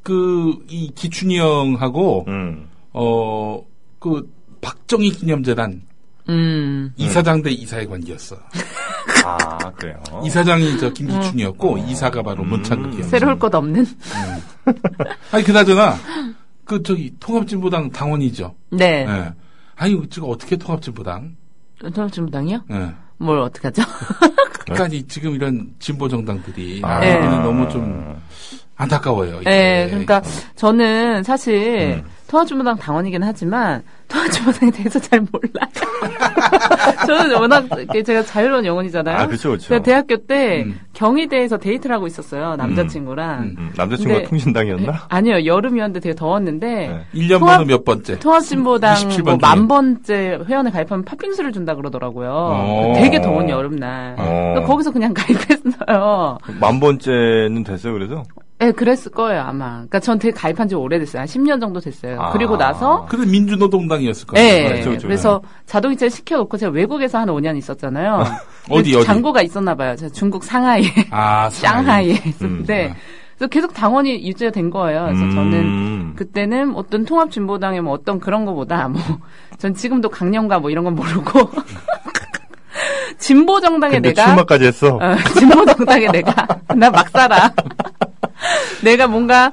Speaker 3: 그 이 기춘이 형하고
Speaker 2: 음.
Speaker 3: 어 그 박정희 기념재단
Speaker 4: 음.
Speaker 3: 이사장 대 이사의 관계였어.
Speaker 2: 아 그래요
Speaker 3: 이사장이 저 김기춘이었고
Speaker 4: 어.
Speaker 3: 이사가 바로 문창극이었어.
Speaker 2: 음.
Speaker 4: 새로울 것 없는.
Speaker 3: 아니 그나저나 그 저기 통합진보당 당원이죠.
Speaker 4: 네.
Speaker 3: 예. 아니 지금 어떻게 통합진보당?
Speaker 4: 통합진보당이요?
Speaker 3: 예.
Speaker 4: 뭘 어떻게 하죠?
Speaker 3: 그러니까 이 지금 이런 진보 정당들이
Speaker 2: 아.
Speaker 4: 네.
Speaker 3: 우리는 너무 좀 안타까워요. 이게.
Speaker 4: 네, 그러니까 저는 사실 통합진보당 당원이긴 하지만 통합진보당에 대해서 잘 몰라요. 저는 워낙 이렇게 제가 자유로운 영혼이잖아요.
Speaker 2: 아 그쵸 그쵸
Speaker 4: 제가 대학교 때
Speaker 3: 음.
Speaker 4: 경희대에서 데이트를 하고 있었어요. 남자친구랑.
Speaker 3: 음.
Speaker 2: 음, 남자친구가
Speaker 4: 근데-
Speaker 2: 통신당이었나?
Speaker 4: 아니요, 여름이었는데 되게 더웠는데
Speaker 2: 네.
Speaker 3: 1년
Speaker 4: 통합-
Speaker 3: 번호 몇 번째?
Speaker 4: 통합진보당
Speaker 3: 27번
Speaker 4: 뭐
Speaker 3: 중에.
Speaker 4: 만 번째 회원에 가입하면 팥빙수를 준다 그러더라고요.
Speaker 3: 어.
Speaker 4: 되게 더운 여름날.
Speaker 2: 어.
Speaker 4: 거기서 그냥 가입했어요.
Speaker 2: 만 번째는 됐어요 그래서?
Speaker 4: 네, 그랬을 거예요, 아마. 그러니까 전 되게 가입한 지 오래됐어요. 한 10년 정도 됐어요.
Speaker 2: 아.
Speaker 4: 그리고 나서
Speaker 3: 그래 민주노동당이었을 거예요.
Speaker 4: 예.
Speaker 2: 그렇죠, 그렇죠.
Speaker 4: 그래서 자동이체를 시켜놓고 제가 외국에서 한 5년 있었잖아요.
Speaker 3: 어디,
Speaker 4: 근데
Speaker 3: 어디?
Speaker 4: 잔고가 있었나 봐요. 제가 중국 상하이에,
Speaker 3: 아,
Speaker 4: 샹하이에
Speaker 2: 음.
Speaker 4: 있었는데 그래서 계속 당원이 유지가 된 거예요. 아, 그래서
Speaker 2: 음.
Speaker 4: 저는 그때는 어떤 통합진보당의 뭐 어떤 그런 거보다 뭐 전 지금도 강령과 뭐 이런 건 모르고 진보정당에
Speaker 2: 근데
Speaker 4: 내가
Speaker 2: 출마까지 했어.
Speaker 4: 어, 진보정당에 내가 나 막 살아. 내가 뭔가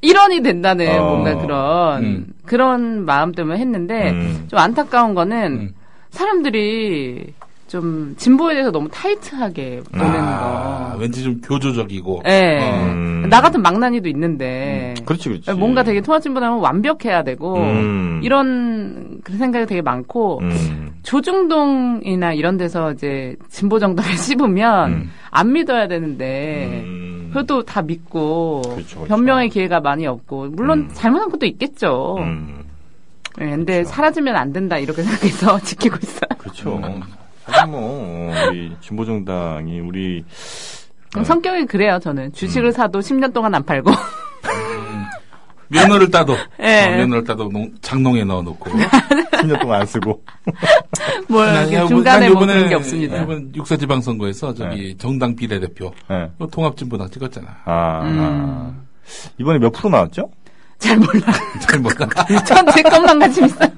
Speaker 4: 일원이 된다는
Speaker 2: 어.
Speaker 4: 뭔가 그런
Speaker 3: 음.
Speaker 4: 그런 마음 때문에 했는데
Speaker 2: 음.
Speaker 4: 좀 안타까운 거는
Speaker 3: 음.
Speaker 4: 사람들이 좀 진보에 대해서 너무 타이트하게 보는
Speaker 3: 아,
Speaker 4: 거.
Speaker 3: 왠지 좀 교조적이고.
Speaker 4: 예.
Speaker 2: 음.
Speaker 4: 나 같은 망나니도 있는데
Speaker 2: 그렇지, 그렇지.
Speaker 4: 네. 뭔가 되게 통합진보당은 완벽해야 되고
Speaker 2: 음.
Speaker 4: 이런 그런 생각이 되게 많고
Speaker 2: 음.
Speaker 4: 조중동이나 이런 데서 이제 진보 정당을 씹으면
Speaker 2: 음.
Speaker 4: 안 믿어야 되는데
Speaker 2: 음.
Speaker 4: 그것도 다 믿고
Speaker 2: 그렇죠, 그렇죠.
Speaker 4: 변명의 기회가 많이 없고 물론
Speaker 2: 음.
Speaker 4: 잘못한 것도 있겠죠.
Speaker 2: 음.
Speaker 4: 예, 근데 사라지면 안 된다 이렇게 생각해서 지키고 있어요.
Speaker 2: 그렇죠. 사실 뭐 우리 진보정당이 우리 네.
Speaker 4: 성격이 그래요 저는
Speaker 2: 음.
Speaker 4: 주식을 사도 10년 동안 안 팔고
Speaker 3: 면허를 따도
Speaker 4: 예.
Speaker 3: 어, 면허를 따도 농- 장롱에 넣어놓고.
Speaker 4: 네.
Speaker 2: 10년 동안 안 쓰고
Speaker 4: 뭘
Speaker 3: 난
Speaker 4: 이렇게
Speaker 3: 요번-
Speaker 4: 중간에
Speaker 3: 난
Speaker 4: 뭐
Speaker 3: 요번에
Speaker 4: 그런 게 없습니다.
Speaker 3: 이번 육사 지방선거에서 저기 정당 비례대표
Speaker 2: 예.
Speaker 3: 또 통합진보당 찍었잖아.
Speaker 2: 아,
Speaker 4: 음.
Speaker 2: 이번에 몇 프로 나왔죠?
Speaker 4: 잘 몰라.
Speaker 3: 잘 몰라.
Speaker 4: 전 제 것만 가지고 있어요.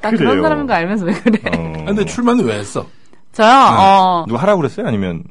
Speaker 4: 나
Speaker 2: 그래요.
Speaker 4: 그런 사람인 거 알면서 왜 그래?
Speaker 2: 어. 네.
Speaker 3: 근데 출마는 왜 했어?
Speaker 4: 저요. 어,
Speaker 2: 누가 하라고 그랬어요? 아니면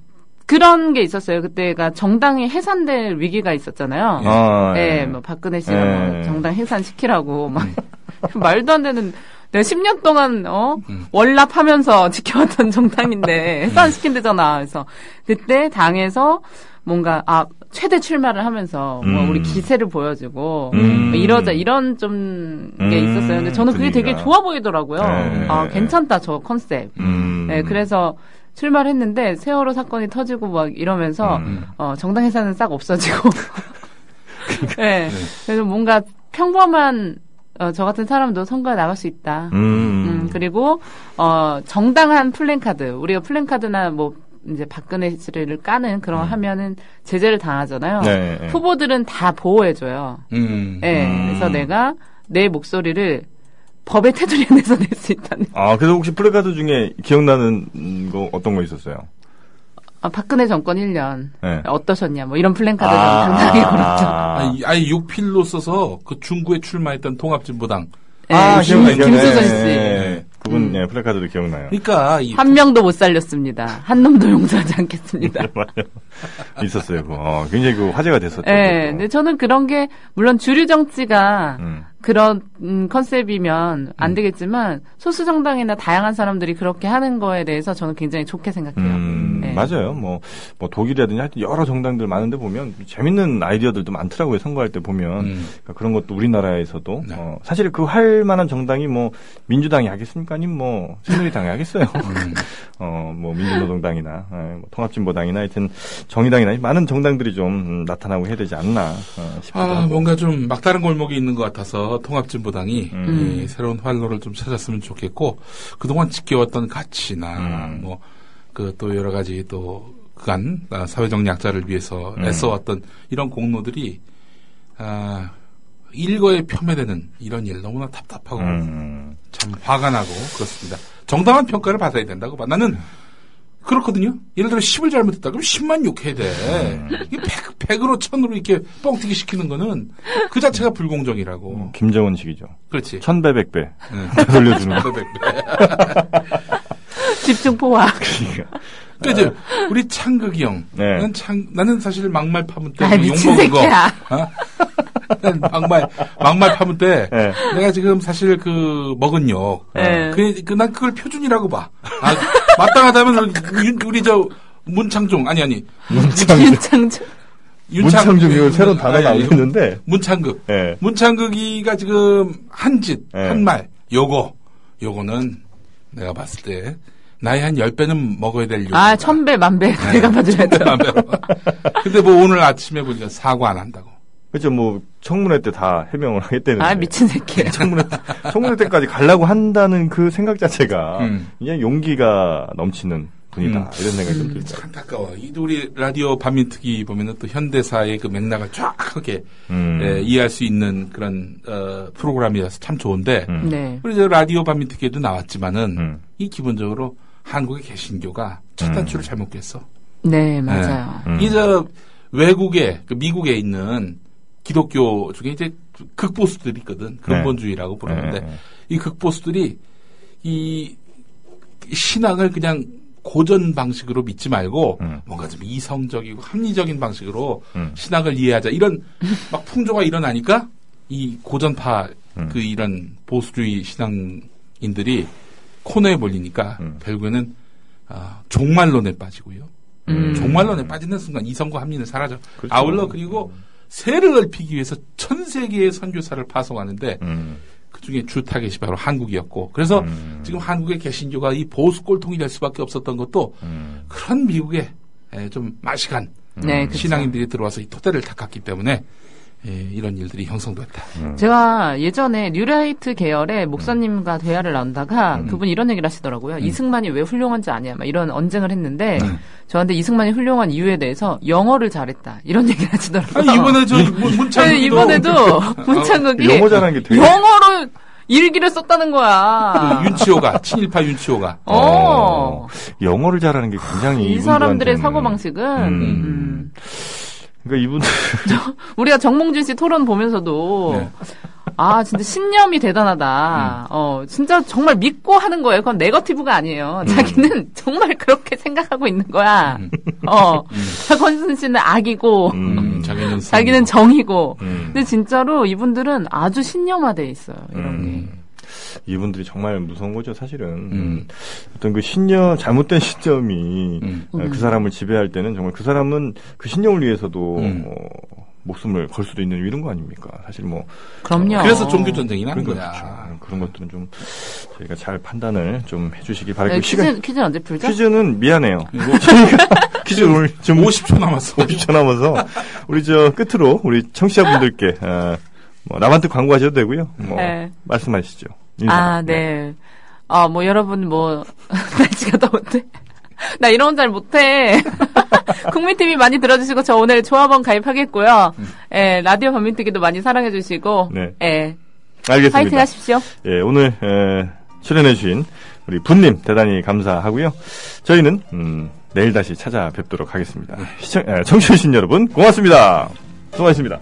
Speaker 4: 그런 게 있었어요. 그때가 정당이 해산될 위기가 있었잖아요.
Speaker 2: 아,
Speaker 4: 네,
Speaker 2: 예.
Speaker 4: 뭐 박근혜 씨가
Speaker 2: 예. 음.
Speaker 4: 뭐 정당 해산시키라고 막 말도 안 되는. 내가 10년 동안 어 월납하면서 지켜왔던
Speaker 2: 음.
Speaker 4: 정당인데 해산시킨대잖아. 그래서 그때 당에서 뭔가 아 최대 출마를 하면서 뭐
Speaker 2: 음.
Speaker 4: 우리 기세를 보여주고
Speaker 2: 음.
Speaker 4: 뭐 이러자 이런 좀 게
Speaker 2: 음,
Speaker 4: 있었어요. 근데 저는 그게 되게
Speaker 2: 분위기가.
Speaker 4: 좋아 보이더라고요.
Speaker 2: 예.
Speaker 4: 아 괜찮다 저 컨셉.
Speaker 2: 음.
Speaker 4: 네, 그래서 출마를 했는데 세월호 사건이 터지고 막 이러면서
Speaker 2: 음.
Speaker 4: 어, 정당 회사는 싹 없어지고. 네, 그래서 뭔가 평범한 어, 저 같은 사람도 선거에 나갈 수 있다.
Speaker 2: 음.
Speaker 4: 음, 그리고 어, 정당한 플랜카드 우리가 플랜카드나 뭐 이제 박근혜 씨를 까는 그런 하면은 제재를 당하잖아요.
Speaker 2: 음. 네, 네.
Speaker 4: 후보들은 다 보호해줘요.
Speaker 3: 음.
Speaker 4: 네,
Speaker 2: 음.
Speaker 4: 그래서 내가 내 목소리를 법의 테두리 안에서 낼 수 있다는.
Speaker 2: 아, 그래서 혹시 플래카드 중에 기억나는 음, 거 어떤 거 있었어요?
Speaker 4: 아, 박근혜 정권 1년
Speaker 2: 네.
Speaker 4: 어떠셨냐 뭐 이런 플랜카드 아, 당당하게 걸었죠.
Speaker 2: 아,
Speaker 3: 아니, 아예 육필로 써서 그 중구에 출마했던 통합진보당.
Speaker 4: 예,
Speaker 2: 아,
Speaker 4: 김,
Speaker 2: 기억나요, 기억나요.
Speaker 4: 김수선
Speaker 2: 예,
Speaker 4: 씨.
Speaker 2: 예, 예. 그분, 예, 플래카드도 기억나요.
Speaker 3: 그러니까 이
Speaker 4: 한 명도 못 살렸습니다. 한 놈도 용서하지 않겠습니다.
Speaker 2: 있었어요, 그거. 어, 굉장히 그 화제가 됐었죠.
Speaker 4: 예,
Speaker 2: 그거.
Speaker 4: 근데 저는 그런 게, 물론 주류 정치가
Speaker 2: 음.
Speaker 4: 그런 음, 컨셉이면 안 되겠지만, 소수 정당이나 다양한 사람들이 그렇게 하는 거에 대해서 저는 굉장히 좋게 생각해요.
Speaker 2: 음,
Speaker 4: 네.
Speaker 2: 맞아요. 뭐, 뭐 독일이라든지 하여튼 여러 정당들 많은데 보면 재밌는 아이디어들도 많더라고요. 선거할 때 보면.
Speaker 3: 음.
Speaker 2: 그러니까 그런 것도 우리나라에서도.
Speaker 3: 네.
Speaker 2: 어, 사실 그 할 만한 정당이 뭐 민주당이 하겠습니까? 아니면 뭐 새누리당이 하겠어요. 어, 뭐 민주노동당이나 예, 뭐 통합진보당이나 하여튼 정의당이나 많은 정당들이 좀 음, 나타나고 해야 되지 않나 어, 싶기도
Speaker 3: 아,
Speaker 2: 하고.
Speaker 3: 뭔가 좀 막다른 골목이 있는 것 같아서 통합진보당이
Speaker 2: 음.
Speaker 3: 예, 새로운 활로를 좀 찾았으면 좋겠고 그동안 지켜왔던 가치나
Speaker 2: 음.
Speaker 3: 뭐 그 또 여러 가지 또 그간 아, 사회적 약자를 위해서
Speaker 2: 음.
Speaker 3: 애써왔던 이런 공로들이 아, 일거에 폄훼되는 이런 일 너무나 답답하고
Speaker 2: 음.
Speaker 3: 참 화가 나고 그렇습니다. 정당한 평가를 받아야 된다고 봐. 나는 그렇거든요. 예를 들어 10을 잘못했다. 그럼 10만 욕해야 돼. 이게 100, 100으로 1000으로 이렇게 뻥튀기 시키는 거는 그 자체가
Speaker 2: 음.
Speaker 3: 불공정이라고.
Speaker 2: 김정은식이죠.
Speaker 3: 그렇지.
Speaker 2: 천배백배
Speaker 3: 네.
Speaker 2: 돌려주는 거.
Speaker 4: 집중 포화.
Speaker 3: 그러니까 이제 우리 창극이 형.
Speaker 2: 네.
Speaker 3: 난 창, 나는 사실 막말 파문 때
Speaker 4: 아,
Speaker 3: 욕
Speaker 4: 미친
Speaker 3: 먹은 거.
Speaker 4: 새끼야.
Speaker 3: 어? 난 막말 막말 파문 때
Speaker 2: 네.
Speaker 3: 내가 지금 사실 그 먹은 욕.
Speaker 4: 네.
Speaker 3: 그, 그, 난 그걸 표준이라고 봐. 아, 마땅하다면 우리, 우리 저 문창종 아니 아니
Speaker 4: 윤창조.
Speaker 3: 윤창-
Speaker 2: 문창중 이거 새로운 단어
Speaker 3: 아니, 아니,
Speaker 2: 나오겠는데.
Speaker 3: 문창극.
Speaker 2: 예.
Speaker 3: 문창극이가 지금 한 짓,
Speaker 2: 예.
Speaker 3: 한 말, 요거, 요거는 내가 봤을 때 나의 한 10배는 먹어야 될 욕.
Speaker 4: 아, 천배, 만배. 내가 봐줘야 돼.
Speaker 3: 근데 뭐 오늘 아침에 보니까 사과 안 한다고.
Speaker 2: 그렇죠. 뭐 청문회 때 다 해명을 하겠다는.
Speaker 4: 아, 미친 새끼야.
Speaker 2: 청문회 청문회 때까지 가려고 한다는 그 생각 자체가
Speaker 3: 음.
Speaker 2: 그냥 용기가 넘치는 분이다
Speaker 3: 음.
Speaker 2: 이런 생각이 좀 듭니다.
Speaker 3: 참 안타까워. 이 우리 라디오 반민특위 보면은 또 현대사의 그 맥락을 쫙하게
Speaker 2: 음.
Speaker 3: 예, 이해할 수 있는 그런 어, 프로그램이라서 참 좋은데
Speaker 2: 음.
Speaker 4: 네.
Speaker 3: 우리 저 라디오 반민특위에도 나왔지만은
Speaker 2: 음.
Speaker 3: 이 기본적으로 한국의 개신교가 첫
Speaker 2: 음.
Speaker 3: 단추를 잘못 깼어.
Speaker 4: 네, 맞아요.
Speaker 2: 음.
Speaker 3: 이 저 외국에 그 미국에 있는 기독교 중에 이제 극보수들이 있거든. 근본주의라고 부르는데
Speaker 2: 네.
Speaker 3: 이 극보수들이 이 신앙을 그냥 고전 방식으로 믿지 말고
Speaker 2: 음.
Speaker 3: 뭔가 좀 이성적이고 합리적인 방식으로
Speaker 2: 음.
Speaker 3: 신앙을 이해하자 이런 막 풍조가 일어나니까 이 고전파
Speaker 2: 음.
Speaker 3: 그 이런 보수주의 신앙인들이 코너에 몰리니까
Speaker 2: 음.
Speaker 3: 결국에는 아, 종말론에 빠지고요.
Speaker 4: 음.
Speaker 3: 종말론에 빠지는 순간 이성과 합리는 사라져.
Speaker 2: 그렇죠.
Speaker 3: 아울러 그리고 세를 넓히기 위해서 천 세계의 선교사를 파송하는데
Speaker 2: 음.
Speaker 3: 그 중에 주 타겟이 바로 한국이었고 그래서
Speaker 2: 음.
Speaker 3: 지금 한국의 개신교가 이 보수 꼴통이 될 수밖에 없었던 것도
Speaker 2: 음.
Speaker 3: 그런 미국의 에, 좀 마시간
Speaker 4: 네, 그쵸.
Speaker 3: 음. 신앙인들이 들어와서 이 토대를 닦았기 때문에 예, 이런 일들이 형성됐다.
Speaker 4: 음. 제가 예전에 뉴라이트 계열의 목사님과 대화를 나온다가
Speaker 2: 음. 네.
Speaker 4: 그분이 이런 얘기를 하시더라고요. 이승만이 왜 훌륭한지 아냐, 막 이런 언쟁을 했는데 저한테 이승만이 훌륭한 이유에 대해서 영어를 잘했다 이런 얘기를 하시더라고요.
Speaker 3: 아니, 이번에 저 문- 문창국도
Speaker 4: 네, 이번에도 문창국이
Speaker 2: 그, 영어 잘하는 게 되게
Speaker 4: 영어로 일기를 썼다는 거야.
Speaker 3: 그 윤치호가 친일파 윤치호가
Speaker 4: 어.
Speaker 2: 영어를 잘하는 게 굉장히
Speaker 4: 이
Speaker 2: 이분들한테는-
Speaker 4: 사람들의 사고방식은
Speaker 2: 음.
Speaker 4: 음.
Speaker 2: 그러니까 이분들
Speaker 4: 우리가 정몽진 씨 토론 보면서도
Speaker 3: 네. 음.
Speaker 4: 아 진짜 신념이 대단하다. 어 진짜 정말 믿고 하는 거예요. 그건 네거티브가
Speaker 3: 음.
Speaker 4: 아니에요. 자기는 정말 그렇게 생각하고 있는 거야. 어 권순 씨는 악이고
Speaker 2: 음.
Speaker 3: 음, 자기는
Speaker 4: 자기는 정이고.
Speaker 2: 음.
Speaker 4: 근데 진짜로 이분들은 아주 신념화돼 있어요. 이런
Speaker 2: 음. 이분들이 정말 무서운 거죠, 사실은.
Speaker 3: 음.
Speaker 2: 어떤 그 신념, 잘못된 신념이
Speaker 3: 음.
Speaker 2: 어, 그 사람을 지배할 때는 정말 그 사람은 그 신념을 위해서도
Speaker 3: 음.
Speaker 2: 어, 목숨을 걸 수도 있는 이런 거 아닙니까? 사실 뭐
Speaker 4: 그럼요.
Speaker 3: 그래서 종교 전쟁이 나는
Speaker 2: 그런
Speaker 3: 거야.
Speaker 2: 거죠. 그런 것들은 좀 저희가 잘 판단을 좀 해주시기
Speaker 4: 네,
Speaker 2: 바라고 시간
Speaker 4: 퀴즈 퀴즈 언제 풀죠?
Speaker 2: 퀴즈는 미안해요. 저희가 퀴즈 오늘
Speaker 4: 그렇죠.
Speaker 2: 좀
Speaker 3: 50초 남았어.
Speaker 2: 50초 남아서 우리 저 끝으로 우리 청취자분들께 어, 뭐 남한테 광고하셔도 되고요. 뭐
Speaker 4: 네.
Speaker 2: 말씀하시죠. 인사.
Speaker 4: 아, 네. 아, 뭐, 여러분, 뭐, 날씨가 더운데. 나 이런 건 잘 못해. 국민TV 많이 들어주시고, 저 오늘 조합원 가입하겠고요. 예, 라디오 반민특위도 많이 사랑해주시고,
Speaker 2: 음. 네.
Speaker 4: 예,
Speaker 2: 알겠습니다.
Speaker 4: 파이팅 하십시오.
Speaker 2: 예, 오늘 에, 출연해주신 우리 분님 대단히 감사하고요. 저희는 음, 내일 다시 찾아뵙도록 하겠습니다. 시청, 에, 청취해주신 여러분 고맙습니다. 수고하셨습니다.